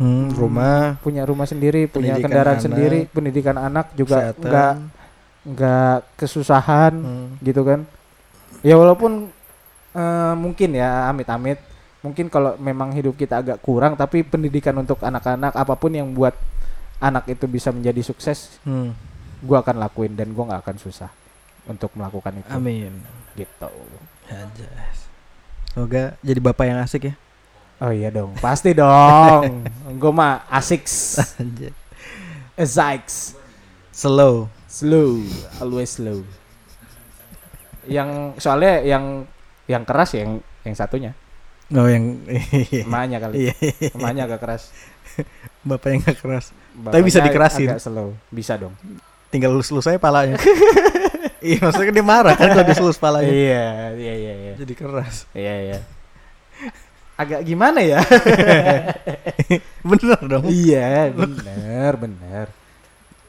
Hmm, rumah
punya rumah sendiri punya
Pendidikan
kendaraan
anak.
sendiri pendidikan anak juga
kesehatan.
nggak nggak kesusahan
Hmm.
gitu kan ya walaupun eh, mungkin ya amit-amit mungkin kalau memang hidup kita agak kurang tapi pendidikan untuk anak-anak apapun yang buat anak itu bisa menjadi sukses
Hmm.
gua akan lakuin dan gua nggak akan susah untuk melakukan itu
Amin.
gitu
Aja. Semoga jadi bapak yang asik ya.
oh iya dong pasti dong gua mah asik
Anjay.
asik
Slow.
slow always slow yang soalnya yang yang keras ya, yang yang satunya
Oh yang
emaknya kali
Iya.
emaknya agak keras
bapak yang gak keras. Tapi bisa
Bapaknya
dikerasin.
Agak slow. Bisa dong.
Tinggal lulus-lulus aja palanya. iya, maksudnya dia marah kan kalau diselus palanya.
Iya, iya, iya, iya.
Jadi keras.
Iya, iya. Agak gimana ya?
Bener dong.
iya, bener, bener.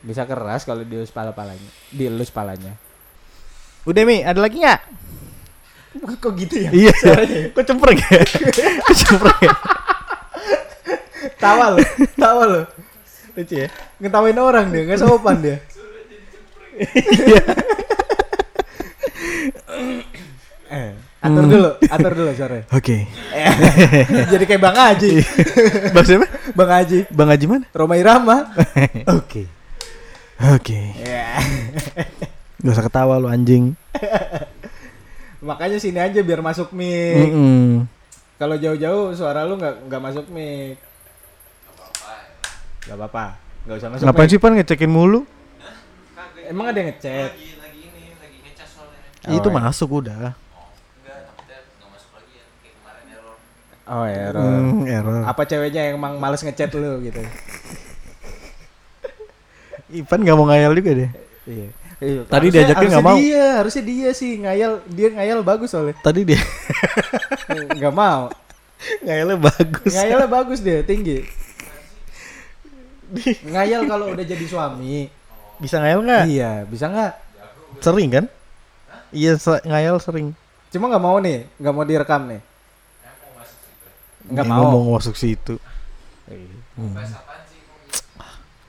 Bisa keras kalau dielus pala-palanya. Dielus palanya.
Udah Mi, ada lagi nggak?
Kok gitu ya?
Iya. Kok cempreng ya? Kok cempreng ya?
Tawa lo, tawa lo. Lucu ya. Ngetawain orang dia, nggak sopan dia. Iya. Eh, atur dulu, atur dulu sore.
Oke.
Jadi kayak Bang Haji,
Bang siapa?
Bang Haji,
Bang Haji mana?
Roma Irama. Iya. Oke.
Oke. Gak usah ketawa lu anjing.
Makanya sini aja biar masuk
Eh.
mic.
Mm-mm.
Kalau jauh-jauh suara lu nggak nggak masuk mic. Gak apa-apa. Gak usah masuk
Ngapain
mic.
sih pan ngecekin mulu?
Emang ada yang ngechat?
Itu
Oh, iya.
masuk udah.
Oh ya.
Hmm, error.
Apa ceweknya yang emang males ngechat lu gitu?
Ipan gak mau ngayal juga deh.
Iya. Iya,
Tadi
harusnya-
diajakin nggak
harusnya
mau.
Dia, harusnya dia sih ngayal, dia ngayal bagus soalnya.
Tadi dia
Nggak mau.
ngayalnya bagus.
Ngayalnya bagus dia, tinggi. ngayal kalau udah jadi suami.
Bisa ngayal nggak?
Iya, bisa nggak?
Sering kan? Iya se- ngayal sering.
Cuma nggak mau nih, nggak mau direkam nih. Nggak
Eh,
mau.
Ngomong masuk situ.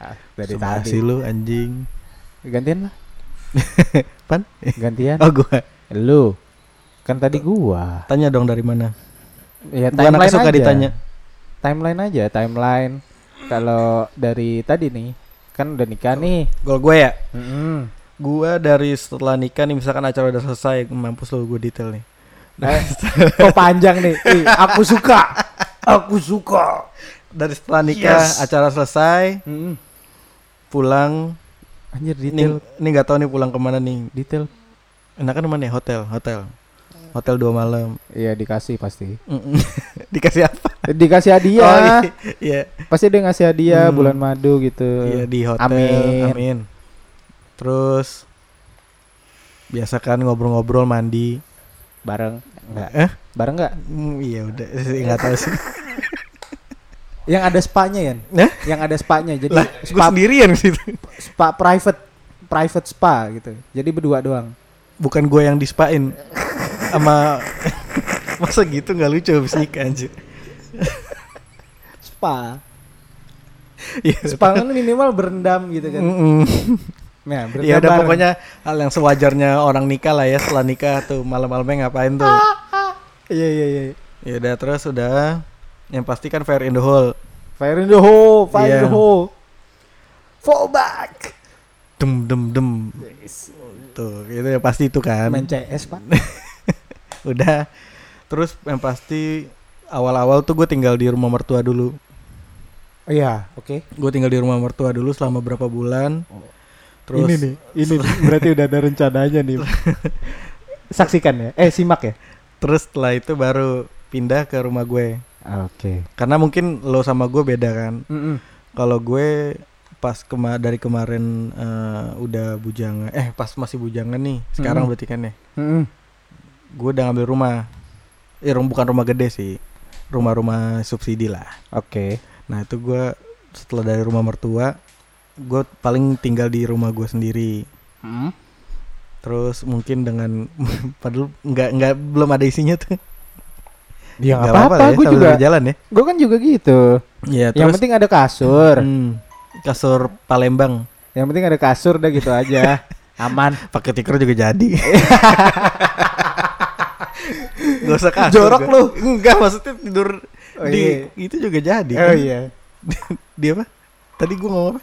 Ah, dari
Sumpah
tadi.
sih lu anjing.
Gantian lah.
Pan?
Gantian.
Oh gua.
Lu. Kan tadi gua.
Tanya dong dari mana?
Ya
Gua anak
aja.
suka ditanya.
Timeline aja, timeline. Kalau dari tadi nih, kan udah nikah nih.
Gol gue ya.
Mm-mm.
Gua dari setelah nikah nih misalkan acara udah selesai, mampus lu gue detail nih.
Eh, kok panjang nih? Ih, aku suka. Aku suka.
Dari setelah nikah acara selesai,
Mm-mm.
pulang
Anjir
ini
detail,
ini nggak tahu nih pulang kemana nih.
detail.
Enakan mana ya? Hotel, hotel. hotel dua malam
Iya dikasih pasti.
Mm-mm. dikasih apa
Eh, Dikasih hadiah.
Oh, iya. iya
Pasti dia ngasih hadiah
Hmm.
bulan madu gitu.
Iya, di hotel
Amin.
amin. terus biasa kan ngobrol-ngobrol mandi
Bareng enggak?
eh
Bareng enggak?
mm, iya udah nggak tahu sih
Yang ada spanya ya.
Hah?
Yang ada spanya. Jadi
lah gue
spa,
sendirian di situ
spa private private spa gitu. Jadi berdua doang.
bukan gue yang dispain sama masa gitu nggak lucu habis nikah anjir
Spa.
Iya,
Spa kan minimal berendam gitu kan.
Mm-mm.
Nah, berendam
ya udah
bareng.
Mm. pokoknya hal yang sewajarnya orang nikah lah ya setelah nikah tuh malam-malamnya ngapain tuh
Iya iya iya.
ya udah terus udah yang pasti kan fair in the hole
Fire in the hole, fire in
Iya.
the hole. Fall back.
dem dem dem tuh itu ya pasti itu kan
Main CS, Pak.
udah terus yang pasti awal-awal tuh gue tinggal di rumah mertua dulu
Oh, Iya, oke.
gue tinggal di rumah mertua dulu selama berapa bulan terus
ini nih, ini nih. berarti udah ada rencananya nih. Saksikan ya. Eh, simak ya.
terus setelah itu baru pindah ke rumah gue
Oke.
karena mungkin lo sama gue beda kan
Heeh.
kalau gue pas kema dari kemarin eh, udah bujangan eh pas masih bujangan nih sekarang
Mm.
berarti kan ya gue udah ngambil rumah eh rum- bukan rumah gede sih rumah-rumah subsidi lah
Oke.
nah itu gue setelah dari rumah mertua gue paling tinggal di rumah gue sendiri terus mungkin dengan padahal nggak nggak belum ada isinya tuh
Ya
Nggak
nggak apa-apa,
ya,
gue
sambil
juga.
berjalan ya
Gue kan juga gitu.
ya
Yang
terus
penting ada kasur.
hmm, kasur Palembang
Yang penting ada kasur dah gitu aja. Aman.
pakai tikar juga jadi. Gak usah kasur.
Jorok
gua. Enggak maksudnya tidur
Oh,
di
iya.
itu juga jadi.
Oh iya.
Dia apa? Tadi gua ngomong apa?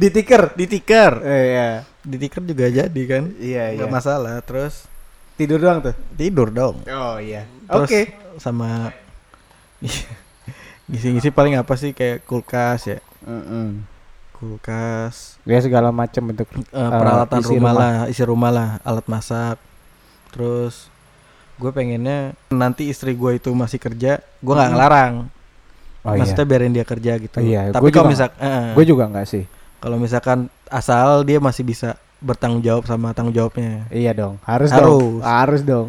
Di tiker.
Di tikar.
Eh, iya.
Di tikar juga jadi kan.
Iya,
Enggak masalah. Terus
Tidur doang tuh.
tidur dong.
Oh iya.
Terus
Oke.
sama ngisi-ngisi paling apa sih kayak kulkas ya. Kulkas,
Ya segala macam bentuk
eh, peralatan
isi
rumah,
rumah.
lah, isi rumah lah, alat masak. Terus gue pengennya nanti istri gue itu masih kerja, gue nggak ngelarang. Maksudnya biarin dia kerja gitu.
Oh, iya.
Tapi
Oh, Gua
kalau
juga-
misal eh,
Gue juga nggak sih.
kalau misalkan asal dia masih bisa bertanggung jawab sama tanggung jawabnya.
Iya dong. Harus, dong.
Harus.
Harus dong.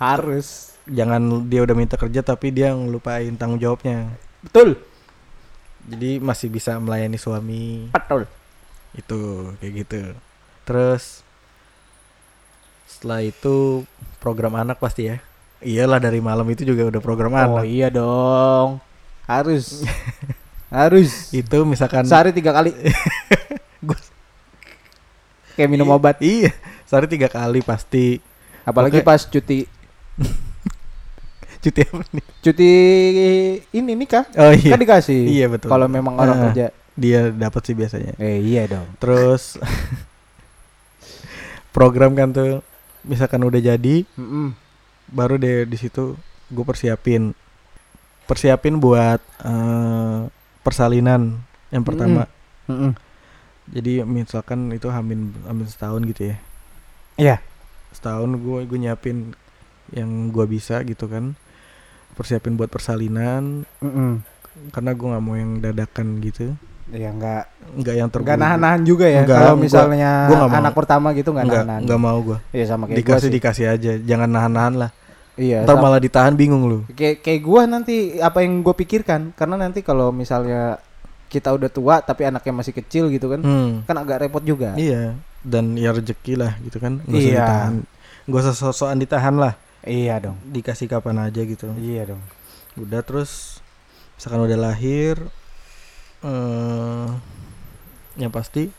Harus.
Jangan dia udah minta kerja tapi dia ngelupain tanggung jawabnya.
Betul.
Jadi masih bisa melayani suami
Betul.
itu kayak gitu. Terus setelah itu program anak pasti ya. Iyalah dari malam itu juga udah program
Oh
anak.
iya dong. Harus. Harus.
Itu misalkan
Sehari tiga kali.
Gua-
Kayak minum
Iya,
obat.
Iya, sehari tiga kali pasti.
Apalagi
Oke.
pas cuti
Cuti apa nih?
cuti ini nikah.
Oh
Kan
iya.
dikasih.
Iya, betul.
Kalau memang orang
Ah.
kerja.
Dia dapat sih biasanya.
Eh iya dong.
Terus program kan tuh misalkan udah jadi baru deh di situ gue persiapin persiapin buat eh, persalinan yang pertama.
Mm-mm.
Jadi misalkan itu hamin hamin setahun gitu ya.
Iya.
Setahun gue gue nyiapin yang gue bisa gitu kan. Persiapin buat persalinan
Mm-mm.
karena gue nggak mau yang dadakan gitu.
Ya enggak
Nggak yang
enggak
terburu.
nahan-nahan juga ya
Enggak,
kalau
gua-
misalnya
gua nggak mau.
anak pertama gitu enggak
Nggak
nahan.
nggak mau gue.
Iya sama kayak gua
dikasih
sih.
dikasih aja jangan nahan nahan lah
Iya.
ntar
sama-
malah ditahan bingung lu
Kayak kayak gua nanti apa yang gue pikirkan karena nanti kalau misalnya kita udah tua tapi anaknya masih kecil gitu kan
hmm.
kan agak repot juga.
iya dan ya rezeki lah gitu kan nggak usah
Iya.
ditahan nggak usah sosokan ditahan lah
Iya dong.
dikasih kapan aja gitu
Iya dong.
udah terus misalkan udah lahir eh yang pasti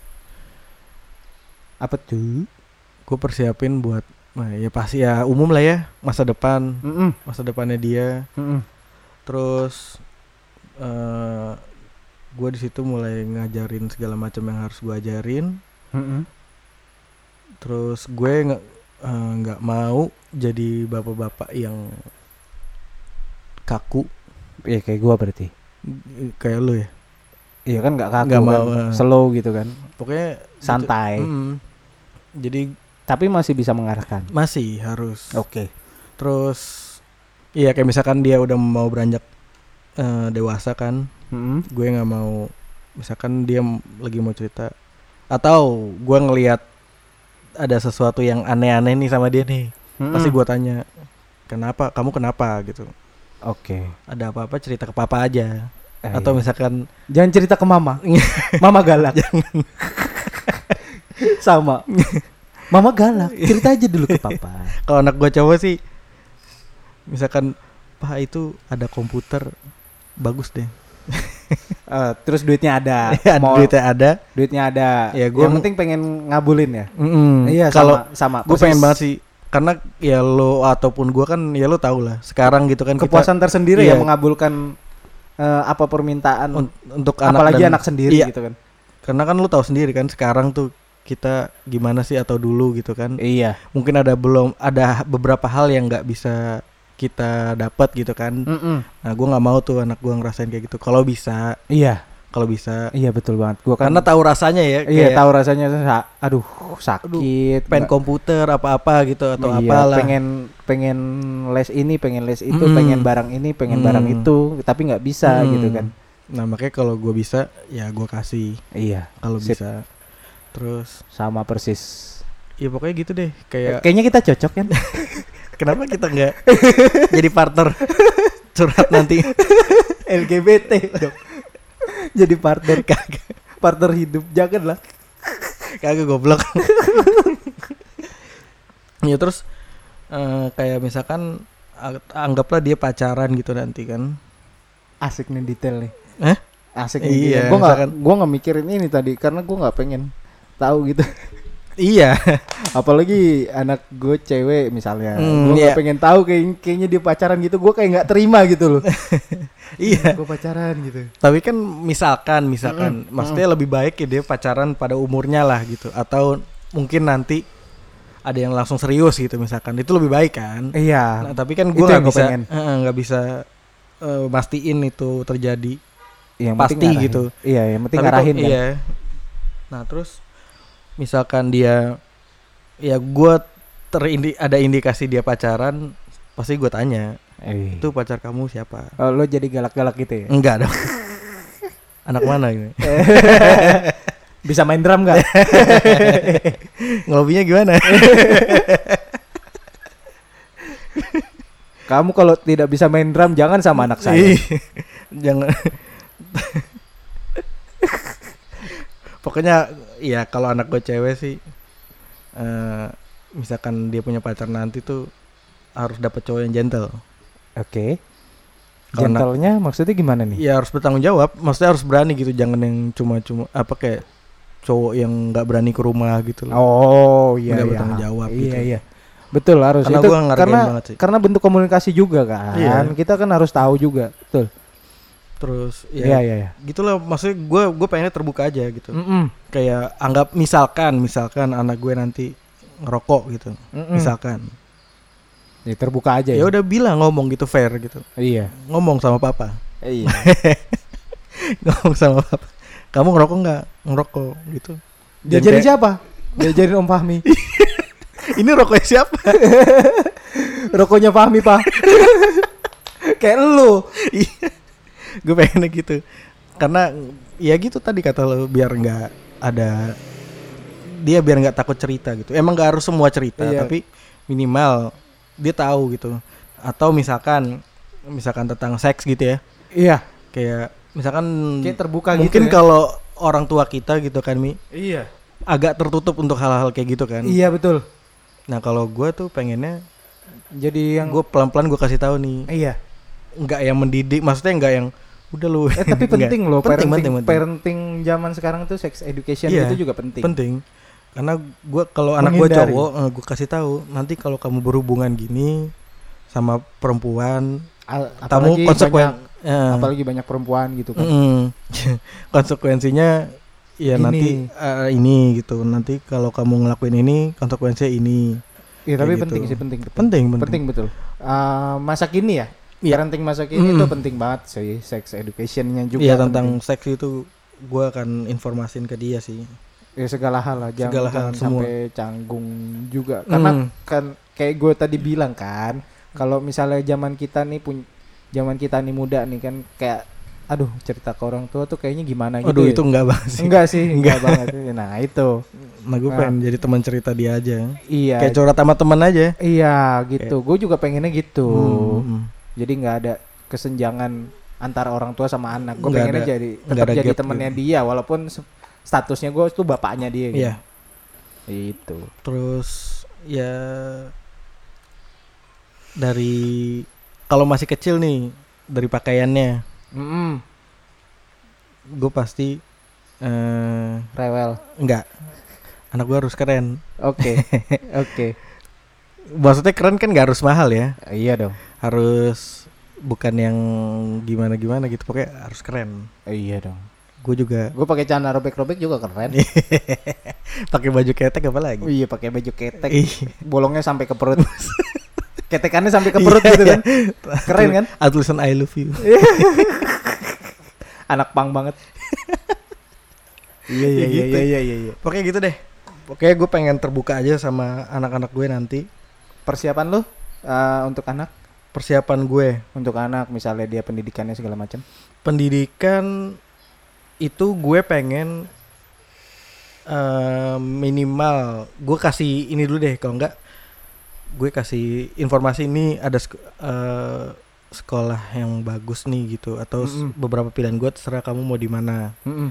Apa tuh?
gue persiapin buat nah, ya pasti ya umum lah ya masa depan
Mm-mm.
masa depannya dia
Mm-mm.
terus eh gue di situ mulai ngajarin segala macam yang harus gue ajarin
Mm-mm.
terus gue nggak eh, nggak mau jadi bapak-bapak yang kaku
Iya kayak gua berarti.
kayak lu ya
Iya kan nggak kaku
Nggak
kan.
mau, eh.
slow gitu kan.
pokoknya
Santai.
Mm. jadi
tapi masih bisa mengarahkan
masih harus
oke
terus iya kayak misalkan dia udah mau beranjak eh, dewasa kan
Mm-mm.
gue nggak mau misalkan dia m- lagi mau cerita atau gue ngelihat ada sesuatu yang aneh-aneh nih sama dia nih pasti
Mm-mm.
gue tanya kenapa kamu kenapa gitu
oke
ada apa-apa cerita ke papa aja
Eh,
atau misalkan
jangan cerita ke mama mama galak sama mama galak cerita aja dulu ke papa
kalau anak gue cowok sih misalkan pak itu ada komputer bagus deh
Eh, terus duitnya ada
Ada
mau duitnya,
Iya, duitnya ada
ada
Ya, gua
yang
ng-
penting pengen ngabulin ya
Mm-mm.
iya
kalau
sama, sama
gue
Persis.
pengen banget sih karena ya lo ataupun gue kan ya lo tau lah sekarang gitu kan kita
kepuasan tersendiri ya
Iya.
mengabulkan eh, apa permintaan
un- untuk anak
apalagi
dan-
anak sendiri
Iya.
gitu kan
karena kan lo tau sendiri kan sekarang tuh kita gimana sih atau dulu gitu kan
iya
mungkin ada belum ada beberapa hal yang nggak bisa kita dapat gitu kan nah gue nggak mau tuh anak gue ngerasain kayak gitu kalau bisa
iya
kalau bisa
iya betul banget gua kan
karena tahu rasanya ya
iya
kayak
tahu rasanya sa- aduh sakit
pengen
nggak-
komputer apa-apa gitu atau
iya,
apalah
pengen pengen les ini pengen les itu
Mm.
pengen barang ini pengen barang
Mm.
itu tapi nggak bisa
Hmm.
gitu kan
nah makanya kalau gue bisa ya gue kasih
iya
kalau
Sip.
bisa terus
sama persis
ya pokoknya gitu deh kayak
kayaknya kita cocok kan
kenapa kita nggak jadi partner curhat nanti
LGBT dong jadi partner kagak partner hidup janganlah
kagak goblok ya terus eh, kayak misalkan a- anggaplah dia pacaran gitu nanti kan
asik nih detail nih
Hah?
asik nih
Iya,
gue nggak
misalkan-
gua nggak mikirin ini tadi karena gue nggak pengen tahu gitu
iya
apalagi anak gue cewek misalnya
Hmm,
gue nggak
iya.
pengen tahu kayak kayaknya dia pacaran gitu gue kayak nggak terima gitu loh
iya
gue pacaran gitu
tapi kan misalkan misalkan maksudnya lebih baik ya dia pacaran pada umurnya lah gitu atau mungkin nanti ada yang langsung serius gitu misalkan itu lebih baik kan
iya
Nah, tapi kan
Itu
gue nggak
yang gua
bisa
pengen.
eh, nggak bisa eh, mastiin itu terjadi.
yang
pasti
penting ngarahin.
gitu.
iya yang penting
Tapi kok-
ngarahin kan
Iya. Nah terus misalkan dia ya gue terindi ada indikasi dia pacaran pasti gue tanya
Eh.
itu pacar kamu siapa?
Oh, lo jadi galak-galak gitu ya
Enggak dong. Anak mana gitu. ini?
bisa main drum gak?
Ngelobinya gimana?
kamu kalau tidak bisa main drum jangan sama anak saya
Ih, Iya. Jangan. Pokoknya ya kalau anak gue cewek sih eh misalkan dia punya pacar nanti tuh harus dapat cowok yang gentle.
oke
Kalau anak-
gentlenya maksudnya gimana nih
Ya harus bertanggung jawab, maksudnya harus berani gitu, jangan yang cuma-cuma apa kayak cowok yang nggak berani ke rumah gitu loh.
Oh iya
Nggak
iya.
bertanggung jawab
Iya
gitu.
iya. Betul harus
Karena
itu
gua ngargain
karena
banget sih.
karena bentuk komunikasi juga kan.
Iya.
Kita kan harus tahu juga. Betul.
Terus ya
Iya Hmm. iya iya.
gitulah maksudnya gue gue pengennya terbuka aja gitu.
Mm-mm.
Kayak anggap misalkan misalkan anak gue nanti ngerokok gitu.
Mm-mm.
Misalkan.
Ya, terbuka aja ya.
ya udah bilang ngomong gitu fair gitu
Iya.
ngomong sama papa
Iya.
ngomong sama papa kamu ngerokok nggak ngerokok gitu
Diajarin
Dan
siapa? Diajarin Om Fahmi.
kayak, ini rokoknya siapa
Rokoknya Fahmi, Pak. Kayak lu.
gue Iya. pengennya gitu karena ya gitu tadi kata lo biar nggak ada dia biar nggak takut cerita gitu emang nggak harus semua cerita
Iya.
tapi minimal dia tahu gitu atau misalkan misalkan tentang seks gitu ya
Iya.
kayak misalkan
Kayak terbuka gitu
mungkin
ya.
kalau orang tua kita gitu kan mi
Iya.
agak tertutup untuk hal-hal kayak gitu kan
Iya, betul.
Nah kalau gue tuh pengennya
Jadi yang
gue pelan-pelan gue kasih tahu nih,
iya.
nggak yang mendidik, maksudnya nggak yang udah lu.
Eh, tapi penting loh
penting,
parenting,
penting, penting.
parenting zaman sekarang tuh sex education
Iya.
itu juga penting.
penting. Karena gue kalau anak gue
Menghindari.
cowok, gue kasih tahu nanti kalau kamu berhubungan gini sama perempuan,
Al-
kamu
apalagi
konsekuen, Hmm.
banyak-
eh,
apalagi banyak perempuan gitu kan.
mm-mm. konsekuensinya ya
Gini.
nanti eh, ini gitu. Nanti kalau kamu ngelakuin ini, konsekuensinya ini.
Iya, tapi
Kayak
penting
gitu.
sih penting. Penting,
Penting, penting.
penting betul. Eh, masa kini ya,
Iya.
parenting masa kini
Mm.
itu penting banget sih sex educationnya juga. kan
Iya tentang
penting.
seks itu gue akan informasin ke dia sih.
ya segala hal lah jangan,
Segala hal,
jangan
semua.
sampai canggung juga karena
Hmm.
kan kayak gue tadi bilang kan kalau misalnya zaman kita nih pun zaman kita nih muda nih kan kayak aduh cerita ke orang tua tuh kayaknya gimana gitu
Aduh
ya.
itu enggak banget sih.
enggak sih enggak banget nah itu
Nah gue pengen jadi teman cerita dia aja.
iya
Kayak curhat sama teman aja.
iya gitu gue juga pengennya gitu
Hmm.
jadi nggak ada kesenjangan antara orang tua sama anak gue
Nggak
pengennya
ada-
jadi
nggak
tetap
ada
jadi
gap gitu.
temennya dia walaupun se- statusnya gue tuh bapaknya dia gitu.
Iya.
itu
Terus ya dari kalau masih kecil nih dari pakaiannya,
Mm-mm,
gue pasti eh
rewel
enggak. Anak gue harus keren.
oke oke
Maksudnya keren kan gak harus mahal ya.
iya dong
Harus bukan yang gimana-gimana gitu pokoknya harus keren.
iya dong
Gue juga
gue pakai celana robek-robek juga keren
Iya. pakai baju ketek apa lagi?
iya pakai baju ketek
Ih,
bolongnya sampai ke perut ketekannya sampai
Iya,
ke perut gitu kan keren kan
ada tulisan I love you.
anak pang banget iya iya iya
Gitu.
iya iya iya
Pokoknya gitu deh. Pokoknya gue pengen terbuka aja sama anak-anak gue nanti.
persiapan lu eh, untuk anak
Persiapan gue,
untuk anak misalnya dia pendidikannya segala macam
pendidikan itu gue pengen eh, minimal gue kasih ini dulu deh kalau enggak gue kasih informasi ini ada sek- eh, sekolah yang bagus nih gitu atau s-
Mm-mm.
beberapa pilihan gue terserah kamu mau di mana.
Mm-mm.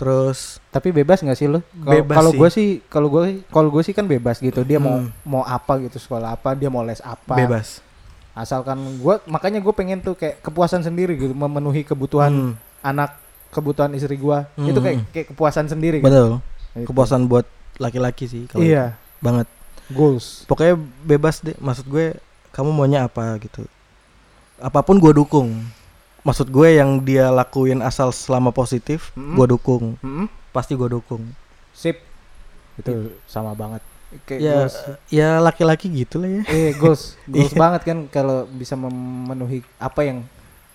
Terus
Tapi bebas nggak sih lo?
Bebas
Kalau
sih.
gue sih, kalau gue, kalau gue sih kan bebas gitu. Dia mau
Hmm.
mau apa gitu sekolah apa, dia mau les apa.
bebas.
Asalkan gue, makanya gue pengen tuh kayak kepuasan sendiri gitu, memenuhi kebutuhan
Hmm,
anak, kebutuhan istri gue.
Hmm.
Itu kayak kayak kepuasan sendiri. gitu.
betul.
Itu.
Kepuasan buat laki-laki sih kalau
Iya,
banget.
goals.
pokoknya bebas deh maksud gue kamu maunya apa gitu apapun gue dukung maksud gue yang dia lakuin asal selama positif
Mm-mm.
gue dukung
Mm-mm.
pasti gue dukung
Sip, itu sama banget. Kayak
ya
goals.
ya laki-laki gitu lah ya
Eh, goals,
Iya.
goals banget kan kalau bisa memenuhi apa yang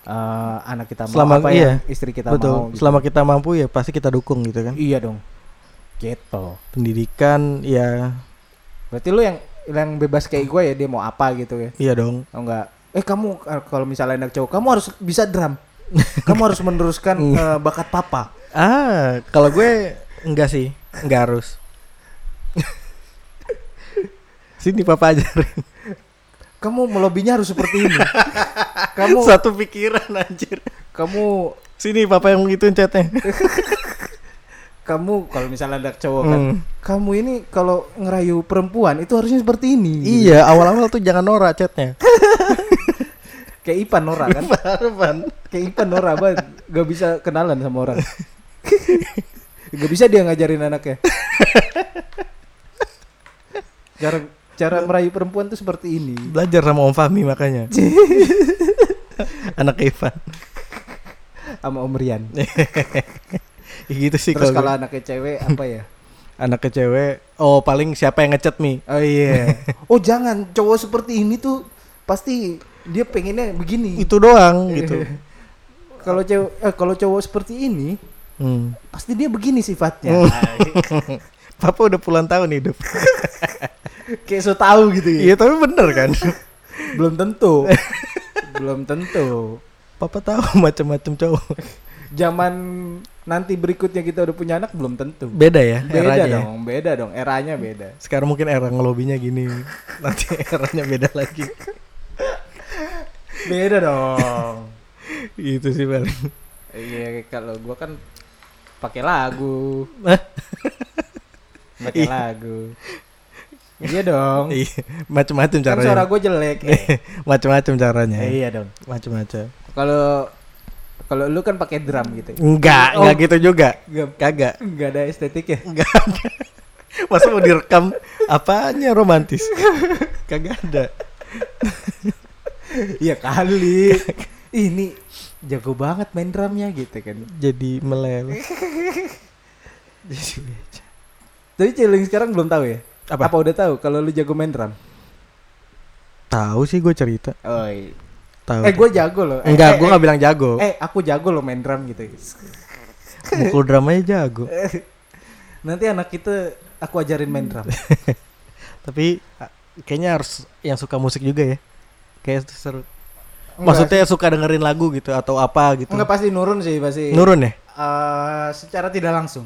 eh, anak kita mau,
Selama-
apa
iya.
yang istri kita
betul
mau. gitu.
selama kita mampu ya pasti kita dukung gitu kan
Iya dong, gitu.
pendidikan ya
Berarti lu yang yang bebas kayak gue ya dia mau apa gitu ya?
iya dong
Oh enggak. Eh kamu eh, kalau misalnya anak cowok kamu harus bisa drum. Kamu harus meneruskan eh,
Iya.
bakat papa.
ah kalau gue enggak sih enggak harus sini papa ajarin
Kamu melobinya harus seperti ini. kamu
satu pikiran anjir
kamu
sini papa yang gitu catnya
kamu kalau misalnya anak cowok kan
Hmm.
kamu ini kalau ngerayu perempuan itu harusnya seperti ini. gitu.
Iya, awal-awal tuh jangan norak chatnya.
Kayak Ipan Nora kan.
Harapan.
Kayak Ipan Nora banget. Gak bisa kenalan sama orang. Gak bisa dia ngajarin anaknya. Cara cara merayu perempuan tuh seperti ini.
Belajar sama Om Fahmi makanya. Anak Ivan.
sama Om Rian.
Ya gitu sih
Terus
kalau
kalau anaknya cewek apa ya?
anak ke cewek, oh paling siapa yang ngechat Mi?
Oh iya. oh jangan cowok seperti ini tuh pasti dia pengennya begini.
Itu doang gitu.
Kalau cewek eh, kalau cowok seperti ini
Hmm.
pasti dia begini
Oh.
sifatnya.
Papa udah puluhan tahun hidup.
Kayak so tahu gitu ya.
Iya, tapi bener kan?
Belum tentu. Belum tentu.
Papa tahu macam-macam cowok.
Zaman nanti berikutnya kita udah punya anak belum tentu.
Beda ya
Beda
eranya. ya?
dong, beda dong. Eranya beda.
Sekarang mungkin era ngelobinya gini. Nanti eranya beda lagi.
Beda dong.
gitu sih paling.
Iya, kalau gua kan pakai lagu.
Hah?
pakai
Iya.
lagu. Iya dong.
Iya, macam-macam
Kan suara
caranya.
gue jelek. Eh,
Macam-macam caranya.
iya dong.
Macam-macam.
Kalau kalau lu kan pakai drum gitu.
Enggak,
Oh.
enggak gitu juga.
Enggak
Kagak.
enggak ada estetiknya.
Enggak ada. Masa mau direkam apanya romantis? Kagak ada.
Iya kali. Ini jago banget main drumnya gitu kan.
Jadi meleleh. Jadi beca.
Tapi Ciling sekarang belum tahu ya.
Apa?
udah tahu kalau lu jago main drum?
Tahu sih gue cerita.
Oi.
Tahu.
Eh gue jago loh. Eh,
enggak,
eh,
gue
eh,
enggak bilang jago.
eh, aku jago loh main drum gitu.
Mukul dramanya jago.
Nanti anak kita aku ajarin main drum.
Tapi a- kayaknya harus yang suka musik juga ya. Kayak seru.
Enggak,
Maksudnya suka dengerin lagu gitu atau apa gitu.
enggak pasti nurun sih pasti.
Nurun ya?
Eh, secara tidak langsung.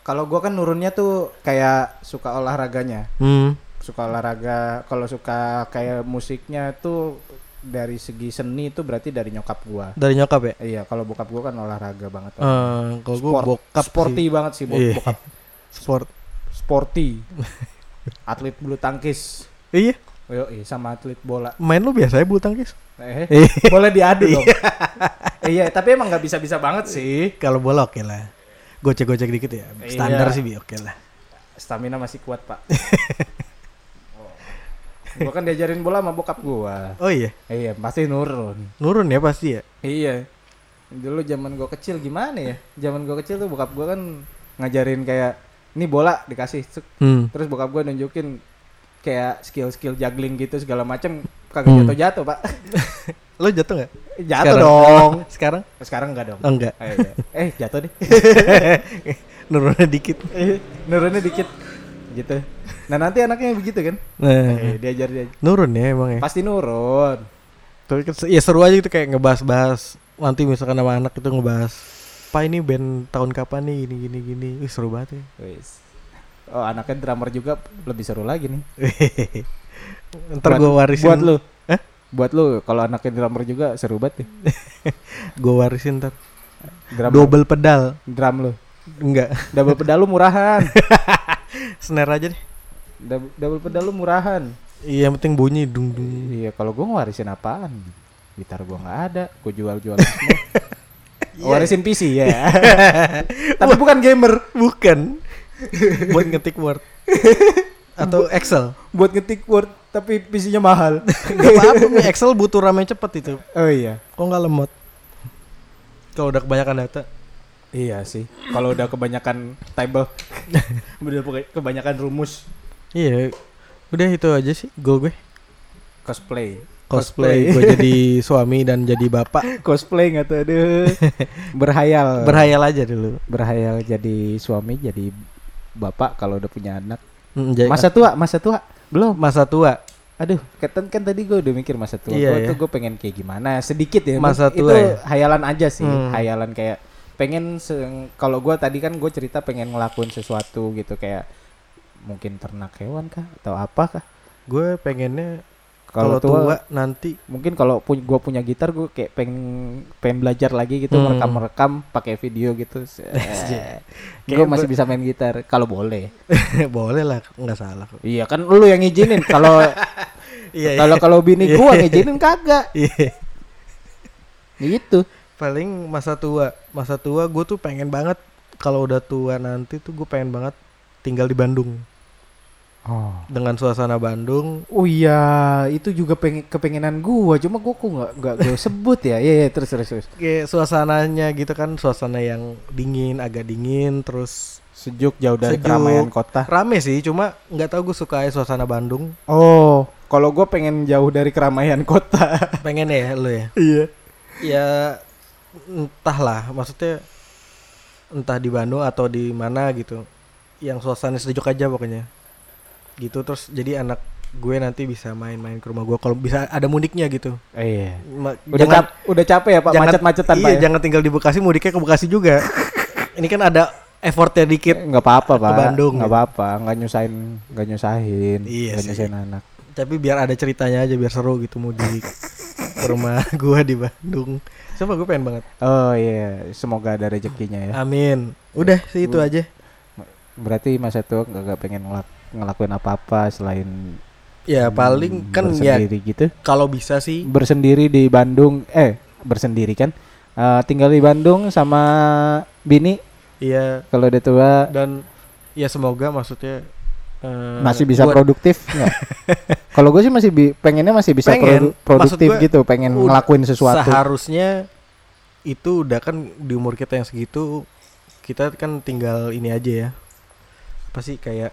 Kalau gua kan nurunnya tuh kayak suka olahraganya,
Hmm.
suka olahraga. Kalau suka kayak musiknya tuh dari segi seni itu berarti dari nyokap gua.
Dari nyokap ya?
Iya, kalau bokap gua kan olahraga banget.
Eh, kalau gue
Sport-
bokap
sporty
sih.
banget sih bo-
Iya.
bokap.
Sport.
Sporty. atlet bulu tangkis.
Iya,
Yoi, sama atlet bola.
main lu biasanya bulu tangkis.
Eh,
Iya.
boleh diadu dong. iya, tapi emang nggak bisa-bisa banget sih.
Kalau bola oke lah. Gocek-gocek dikit ya. Standar
Iya.
sih Bi, oke lah.
Stamina masih kuat, Pak. Oh. Gua kan diajarin bola sama bokap gua.
Oh iya,
Iya, pasti nurun.
nurun ya pasti ya.
Iya. Dulu zaman gua kecil gimana ya? Zaman gua kecil tuh bokap gua kan ngajarin kayak ini bola dikasih cek."
Hmm.
terus bokap gua nunjukin kayak skill-skill juggling gitu segala macem kagak
Hmm.
jatuh-jatuh, Pak.
Lo jatuh nggak?
Jatuh
Sekarang.
dong.
Sekarang?
Sekarang enggak dong.
Oh, enggak.
Eh, iya. eh jatuh deh.
Nurunnya dikit.
Eh, nurunnya dikit gitu nah nanti anaknya begitu kan eh,
Nah,
diajar dia
nurun ya emang ya.
pasti nurun
Tapi kan se- ya seru aja gitu kayak ngebahas-bahas nanti misalkan sama anak itu ngebahas Pak ini band tahun kapan nih gini gini gini. Wih, seru banget ya.
Wis. oh anaknya drummer juga lebih seru lagi nih
Ntar
Buat-
gue warisin
buat lu
Eh?
buat lu kalau anaknya drummer juga seru banget nih
Gue warisin ntar
drum
Double pedal
drum lu
Enggak
double pedal lu murahan
Snare aja deh
Dab- double pedal lu murahan
Iya yang penting bunyi dung dung
iya kalau gua ngewarisin apaan gitar gua nggak ada gua jual-jual semua warisin PC ya tapi bukan gamer
Bukan Buat ngetik word Atau Excel
buat ngetik word tapi PC-nya mahal
Gak apa-apa nih, Excel butuh rame cepet itu
oh iya
Kok nggak lemot Kalau udah kebanyakan data
Iya sih. Kalau udah kebanyakan table, udah pakai kebanyakan rumus
Iya Udah itu aja sih goal gue
cosplay.
Cosplay Gue jadi suami dan jadi bapak
cosplay nggak tuh aduh. Berhayal.
Berhayal aja dulu
Berhayal jadi suami, jadi bapak kalau udah punya anak.
Mm, jadi-
Masa tua, masa tua. Belum.
Masa tua
Aduh, kan kan tadi gue udah mikir masa tua.
Iya,
Gua
iya.
tuh gue pengen kayak gimana? Sedikit ya.
Masa
Bang. Itu
tua ya?
hayalan aja sih.
Hmm.
Hayalan kayak pengen se- kalau gue tadi kan gue cerita pengen ngelakuin sesuatu gitu kayak mungkin ternak hewan kah atau apa kah?
Gue pengennya
kalau tua,
nanti
mungkin kalau pun gue punya gitar gue kayak pengen pengen belajar lagi gitu
Hmm.
merekam merekam pakai video gitu gue
Kayak
masih
ber-
bisa main gitar kalau boleh
boleh lah nggak salah kok
iya kan lu yang ngizinin kalau
iya
kalau kalau bini
Iya.
gue ngizinin kagak
iya
gitu
paling masa tua masa tua gue tuh pengen banget kalau udah tua nanti tuh gue pengen banget tinggal di Bandung
oh
dengan suasana Bandung
Oh iya, itu juga pengen kepengenan gua, cuma gua kok nggak nggak gua sebut ya. Iya iya terus terus terus.
kayak suasananya gitu kan suasana yang dingin agak dingin terus
Sejuk jauh dari
Sejuk.
keramaian kota.
rame sih cuma nggak tahu gue suka aja suasana Bandung
Oh, kalau gua pengen jauh dari keramaian kota.
pengen ya lo ya
Iya.
ya entahlah maksudnya entah di Bandung atau di mana gitu yang suasana sejuk aja pokoknya gitu terus jadi anak gue nanti bisa main-main ke rumah gue kalau bisa ada mudiknya gitu
iya.
Ma-
Udah cap, udah capek ya Pak
jangan-
macet-macetan
iya,
Pak. ya?
jangan tinggal di Bekasi mudiknya ke Bekasi juga ini kan ada effortnya dikit
Eh, nggak apa-apa pak
Bandung,
nggak
gitu.
apa-apa nggak nyusahin nggak nyusahin
Iya
nggak
sih.
nyusahin anak
tapi biar ada ceritanya aja biar seru gitu mudik ke rumah gue di Bandung siapa gue pengen banget
oh iya semoga ada rezekinya ya
amin udah sih itu aja
berarti mas itu nggak pengen ngelak- ngelakuin apa-apa selain
ya paling kan ya
bersendiri gitu
kalau bisa sih
bersendiri di Bandung eh bersendiri kan Eh, tinggal di Bandung sama bini
Iya
kalau udah tua
dan ya semoga maksudnya eh,
masih bisa
buat-
produktif nggak? kalau gue sih masih bi- pengennya masih bisa
Pengen.
produ- produktif
Maksud gua,
gitu pengen
ud-
ngelakuin sesuatu
Seharusnya itu udah kan di umur kita yang segitu kita kan tinggal ini aja ya. Pasti kayak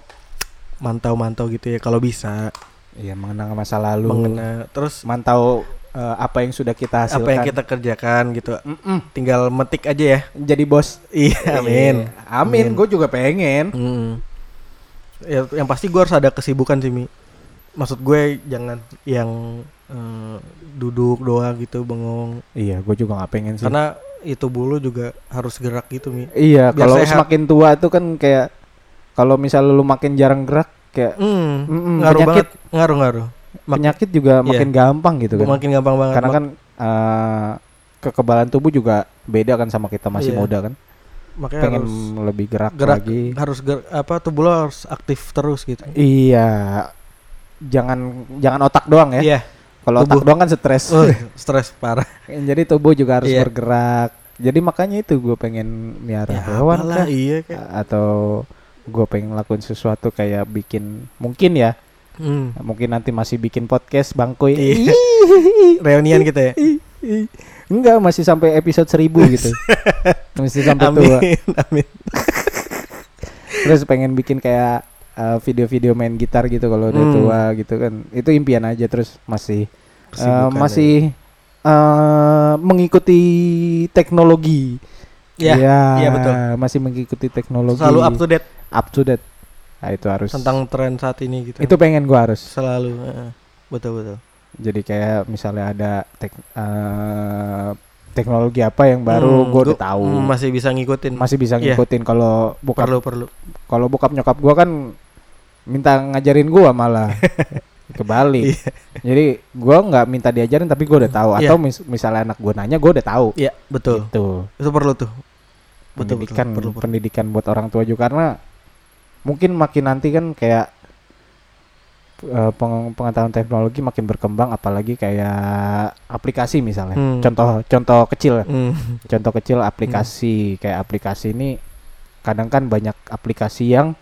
mantau-mantau gitu ya kalau bisa
Iya mengenang masa lalu
mengena terus
mantau eh, apa yang sudah kita hasilkan
apa yang kita kerjakan gitu
Mm-mm.
tinggal metik aja ya
jadi bos
iya
Iya.
amin
amin,
Amin.
gue juga pengen
Mm. Ya, yang pasti gue harus ada kesibukan sih mi maksud gue jangan yang eh, duduk doa gitu bengong
iya gue juga nggak pengen sih
karena itu bulu juga harus gerak gitu mi
iya
biar
kalau
sehat.
semakin tua tuh kan kayak kalau misalnya lu makin jarang gerak kayak
Mm,
Mm-mm,
ngaruh
penyakit.
banget ngaruh ngaruh Mak-
penyakit juga makin gampang gitu kan
iya. makin gampang banget
karena
Mak-
kan eh, kekebalan tubuh juga beda kan sama kita masih
Iya.
muda kan
makanya
pengen
harus
lebih gerak,
gerak
lagi
harus ger- apa tubuh lo harus aktif terus gitu
iya jangan jangan otak doang ya
iya
kalau otak
tubuh.
doang kan stres
Oh, stres parah
jadi tubuh juga harus
Iya.
bergerak jadi makanya itu gue pengen miara hewan
Ya apalah,
kah?
iya kayak
A- atau gue pengen lakuin sesuatu kayak bikin mungkin ya
Mm.
mungkin nanti masih bikin podcast bangkuy
Iya. reunian kita ya
enggak masih sampai episode 1000 gitu masih sampai tua Eh,
amin amin
terus pengen bikin kayak eh, video-video main gitar gitu kalau udah
Hmm.
tua gitu kan itu impian aja terus masih eh,
Kesibukan ya.
masih eh, mengikuti teknologi
Iya, iya, betul.
masih mengikuti teknologi
selalu up to date
up to date nah, itu harus
tentang tren saat ini gitu
itu pengen gua harus
selalu heeh. betul betul
jadi kayak misalnya ada tek- eh, teknologi apa yang baru
Hmm,
gua
gua-
udah tahu
hmm, masih bisa ngikutin
masih bisa
Iya.
ngikutin kalau bokap
perlu perlu
kalau bokap nyokap gua kan minta ngajarin gua malah kebalik
Iya.
jadi gua nggak minta diajarin tapi gua udah tahu atau mis- misalnya anak gua nanya gua udah tahu Gitu.
iya Hmm, betul
itu
itu perlu tuh
Iya.
betul betul
pendidikan
perlu perlu
pendidikan buat orang tua juga karena mungkin makin nanti kan kayak eh, peng- pengetahuan teknologi makin berkembang apalagi kayak aplikasi misalnya
Hmm.
contoh contoh kecil
Hmm,
contoh kecil aplikasi kayak aplikasi ini kadang kan banyak aplikasi yang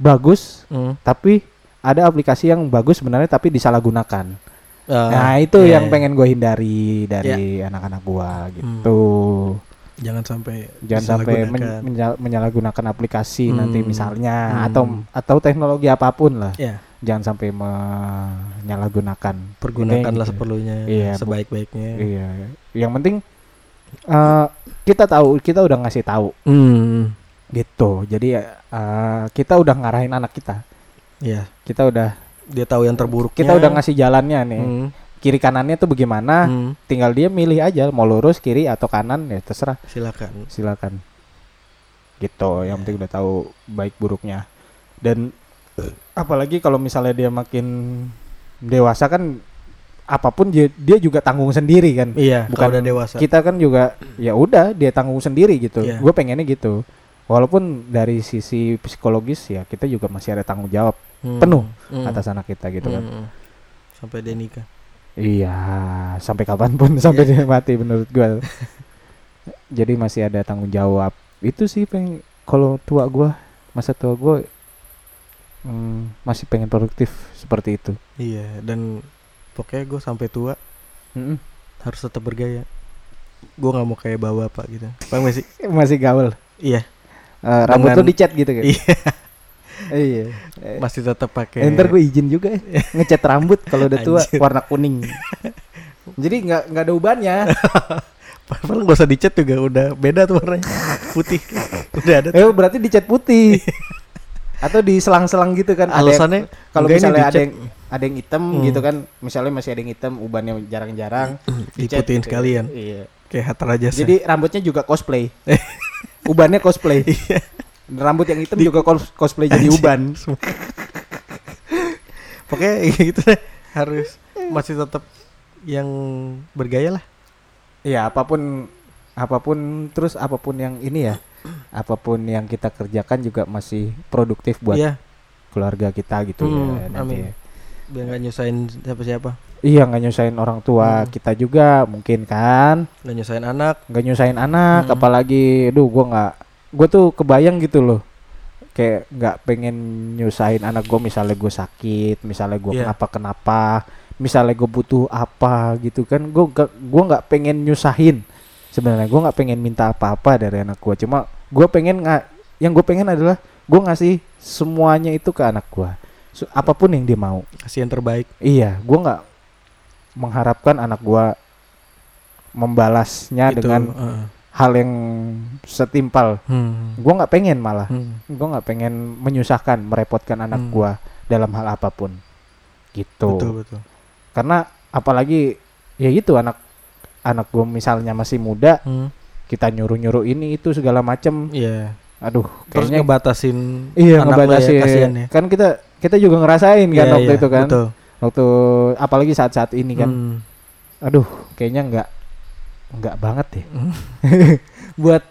bagus
hmm.
tapi ada aplikasi yang bagus sebenarnya tapi disalahgunakan.
Ah,
nah itu
iya, Ya. Hmm.
yang
iya.
pengen gue hindari dari anak-anak gua gitu.
jangan sampai
Jangan sampai men-
disalahgunakan.
menyal- menyalahgunakan aplikasi nanti
Hmm.
misalnya
Hmm.
atau atau teknologi apapun lah.
ya
Jangan sampai menyalahgunakan.
pergunakanlah
Gitu.
seperlunya
Iya, bu-
sebaik-baiknya
Iya. Yang penting eh, kita tahu kita udah ngasih tahu
Hmm,
gitu. Jadi eh, kita udah ngarahin anak kita.
iya.
Kita udah
dia tahu yang terburuk
kita udah ngasih jalannya nih.
Ya.
Ah.
hmm.
Kiri kanannya tuh bagaimana?
hmm,
tinggal dia milih aja mau lurus kiri atau kanan ya terserah
silakan
silakan gitu
Iya.
yang penting udah tahu baik buruknya dan apalagi kalau misalnya dia makin dewasa kan apapun dia, dia juga tanggung sendiri kan
iya
Bukan
bukan udah dewasa
kita kan juga ya udah dia tanggung sendiri gitu
Iya.
gue pengennya gitu walaupun dari sisi psikologis ya kita juga masih ada tanggung jawab
Hmm,
penuh
hmm,
atas anak kita gitu kan
hmm, hmm. sampai dia nikah
Iya, sampai kapanpun sampai dia mati menurut gua. Jadi masih ada tanggung jawab. Itu sih peng kalau tua gua, masa tua gua mm, masih pengen produktif seperti itu.
iya dan pokoknya gue sampai tua
Mm-mm.
harus tetap bergaya gue nggak mau kayak bawa apa gitu bang Messi
Masih gaul.
iya
Eh, rambut
Dengan-
tuh dicat gitu kan.
Iya.
Iya. Eh,
masih tetap pakai
eh, ntar gue izin juga eh, ngecat rambut kalau udah tua
Anjir.
warna kuning. Jadi nggak nggak ada ubannya.
paling gak usah dicat juga udah beda tuh warnanya putih udah ada tuh.
eh berarti dicat putih. Atau diselang-selang gitu kan. ada yang-
alasannya
kalau
enggak, ini
misalnya ada
dicat.
yang ada yang hitam
Hmm.
gitu kan misalnya masih ada yang hitam ubannya jarang-jarang dicat,
diputihin
eh,
Hmm, sekalian
iya.
kayak hatta raja
jadi rambutnya juga cosplay ubannya cosplay
Iya.
rambut yang hitam juga cos- cosplay jadi uban
pokoknya gitu deh harus masih tetap yang bergaya lah
Iya apapun apapun terus apapun yang ini ya apapun yang kita kerjakan juga masih produktif buat
iya
keluarga kita gitu ya
Hmm,
nanti
amin.
ya.
biar nggak nyusahin siapa siapa
iya nggak nyusahin orang tua
Hmm.
kita juga mungkin kan
nggak nyusahin anak
nggak nyusahin anak
Mm-mm.
apalagi aduh gua nggak gue tuh kebayang gitu loh kayak nggak pengen nyusahin anak gue misalnya gue sakit misalnya gue
Iya.
kenapa kenapa misalnya gue butuh apa gitu kan gue gua nggak pengen nyusahin sebenarnya gue nggak pengen minta apa-apa dari anak gue cuma gue pengen nggak yang gue pengen adalah gue ngasih semuanya itu ke anak gue apapun yang dia mau
kasih yang terbaik
iya gue nggak mengharapkan anak gua membalasnya Nah,
Itu,
dengan
gitu. heeh.
hal yang setimpal.
Hmm.
Gua nggak pengen malah.
Hmm.
Gua nggak pengen menyusahkan, merepotkan anak
Hmm.
gua dalam hal apapun. Gitu.
Betul betul.
Karena apalagi ya gitu anak anak gua misalnya masih muda,
Hmm.
kita nyuruh-nyuruh ini itu segala macem.
Iya.
Aduh,
Terus
kayaknya
ngebatasin
iya
anak lo ya,
ngebatasin.
kasihan ya.
Kan kita kita juga ngerasain kan
Iya,
waktu
iya,
itu kan.
Betul.
Waktu apalagi saat-saat ini kan.
Hmm.
aduh kayaknya nggak nggak banget deh buat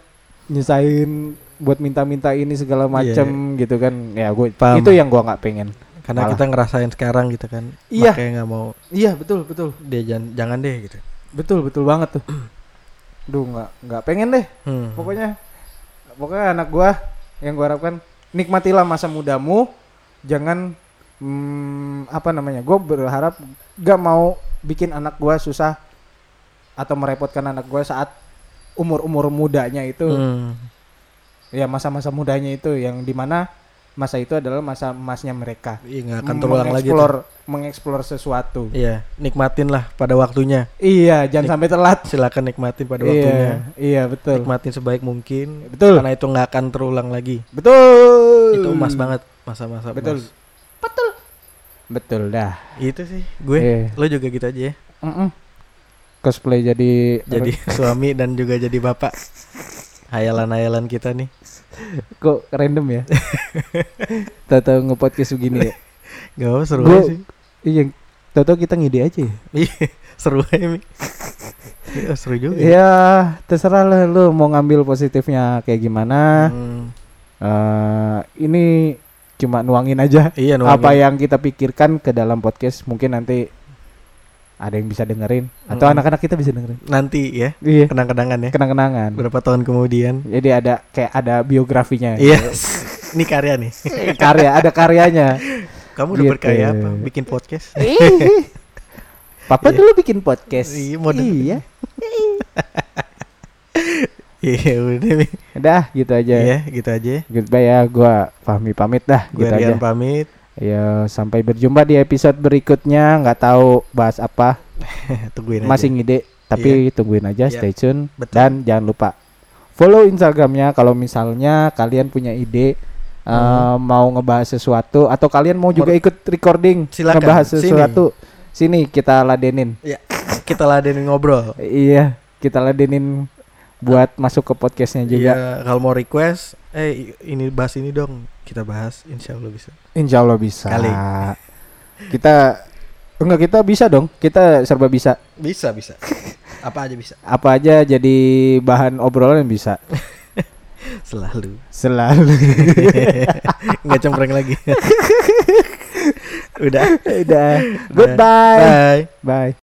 nyusahin buat minta-minta ini segala macam gitu kan ya gue
Paham.
itu yang gua nggak pengen
Karena
Malah.
kita ngerasain sekarang gitu kan.
Iya.
Makanya nggak mau
iya betul betul
dia jangan, jangan deh gitu.
betul betul banget tuh duh nggak nggak pengen deh
Hmm.
pokoknya pokoknya anak gua yang gua harapkan nikmatilah masa mudamu jangan mm, apa namanya gua berharap gak mau bikin anak gua susah atau merepotkan anak gua saat umur umur mudanya itu
Hmm.
ya masa-masa mudanya itu yang dimana masa itu adalah masa emasnya mereka
Iya nggak akan terulang lagi. tuh.
mengeksplor mengeksplor sesuatu
Iya. Nikmatin lah pada waktunya.
iya jangan sampai telat
Silakan nikmatin pada waktunya.
iya iya betul
Nikmatin sebaik mungkin.
betul
Karena itu nggak akan terulang lagi.
betul
Itu emas banget masa-masa.
betul
emas.
betul betul dah
Itu sih gue.
Iya.
Lo juga gitu aja ya.
Mm-mm. cosplay jadi
Jadi suami dan juga jadi bapak. Hayalan-hayalan kita nih.
kok random ya tahu ngepodcast begini ya
Gak apa seru
Gua-
aja sih.
iya tahu kita ngide aja ya
Iya, seru aja Mi. Iya, seru juga. ya.
ya terserah lah lu mau ngambil positifnya kayak gimana
Hmm,
Eh, ini cuma nuangin aja
iya,
apa ya? yang kita pikirkan ke dalam podcast mungkin nanti ada yang bisa dengerin atau
Mm-mm.
anak-anak kita bisa dengerin
nanti ya,
Hmm. iya
kenang-kenangan ya.
kenang-kenangan
Berapa tahun kemudian?
jadi ada kayak ada biografinya
Iya. Ini karya nih.
karya ada karyanya
Kamu udah
Gitu.
berkarya apa? Bikin podcast.
Ih. Papa dulu bikin podcast
Iya, model.
iya
Iya, udah Mi.
udah gitu aja
Iya, gitu aja.
goodbye ya gua pahmi pamit dah
Gue
gitu aja
Rian pamit.
ya sampai berjumpa di episode berikutnya nggak tahu bahas apa
Tungguin aja.
masih ngide tapi tungguin aja
Iya.
stay tune
Betul.
dan jangan lupa follow instagramnya kalau misalnya kalian punya ide eh,
Hmm.
mau ngebahas sesuatu atau kalian mau juga ikut recording
Silakan,
ngebahas
sini.
sesuatu sini. kita ladenin
Iya. Kita ladenin ngobrol.
iya kita ladenin buat masuk ke podcastnya juga
Iya, kalau mau request, eh ini bahas ini dong. Kita bahas, insya Allah bisa.
insya allah bisa
Kali.
kita enggak kita bisa dong kita serba bisa
Bisa, bisa. Apa aja bisa.
apa aja jadi bahan obrolan bisa
Selalu.
selalu
nggak cempreng lagi udah
udah
bye
goodbye bye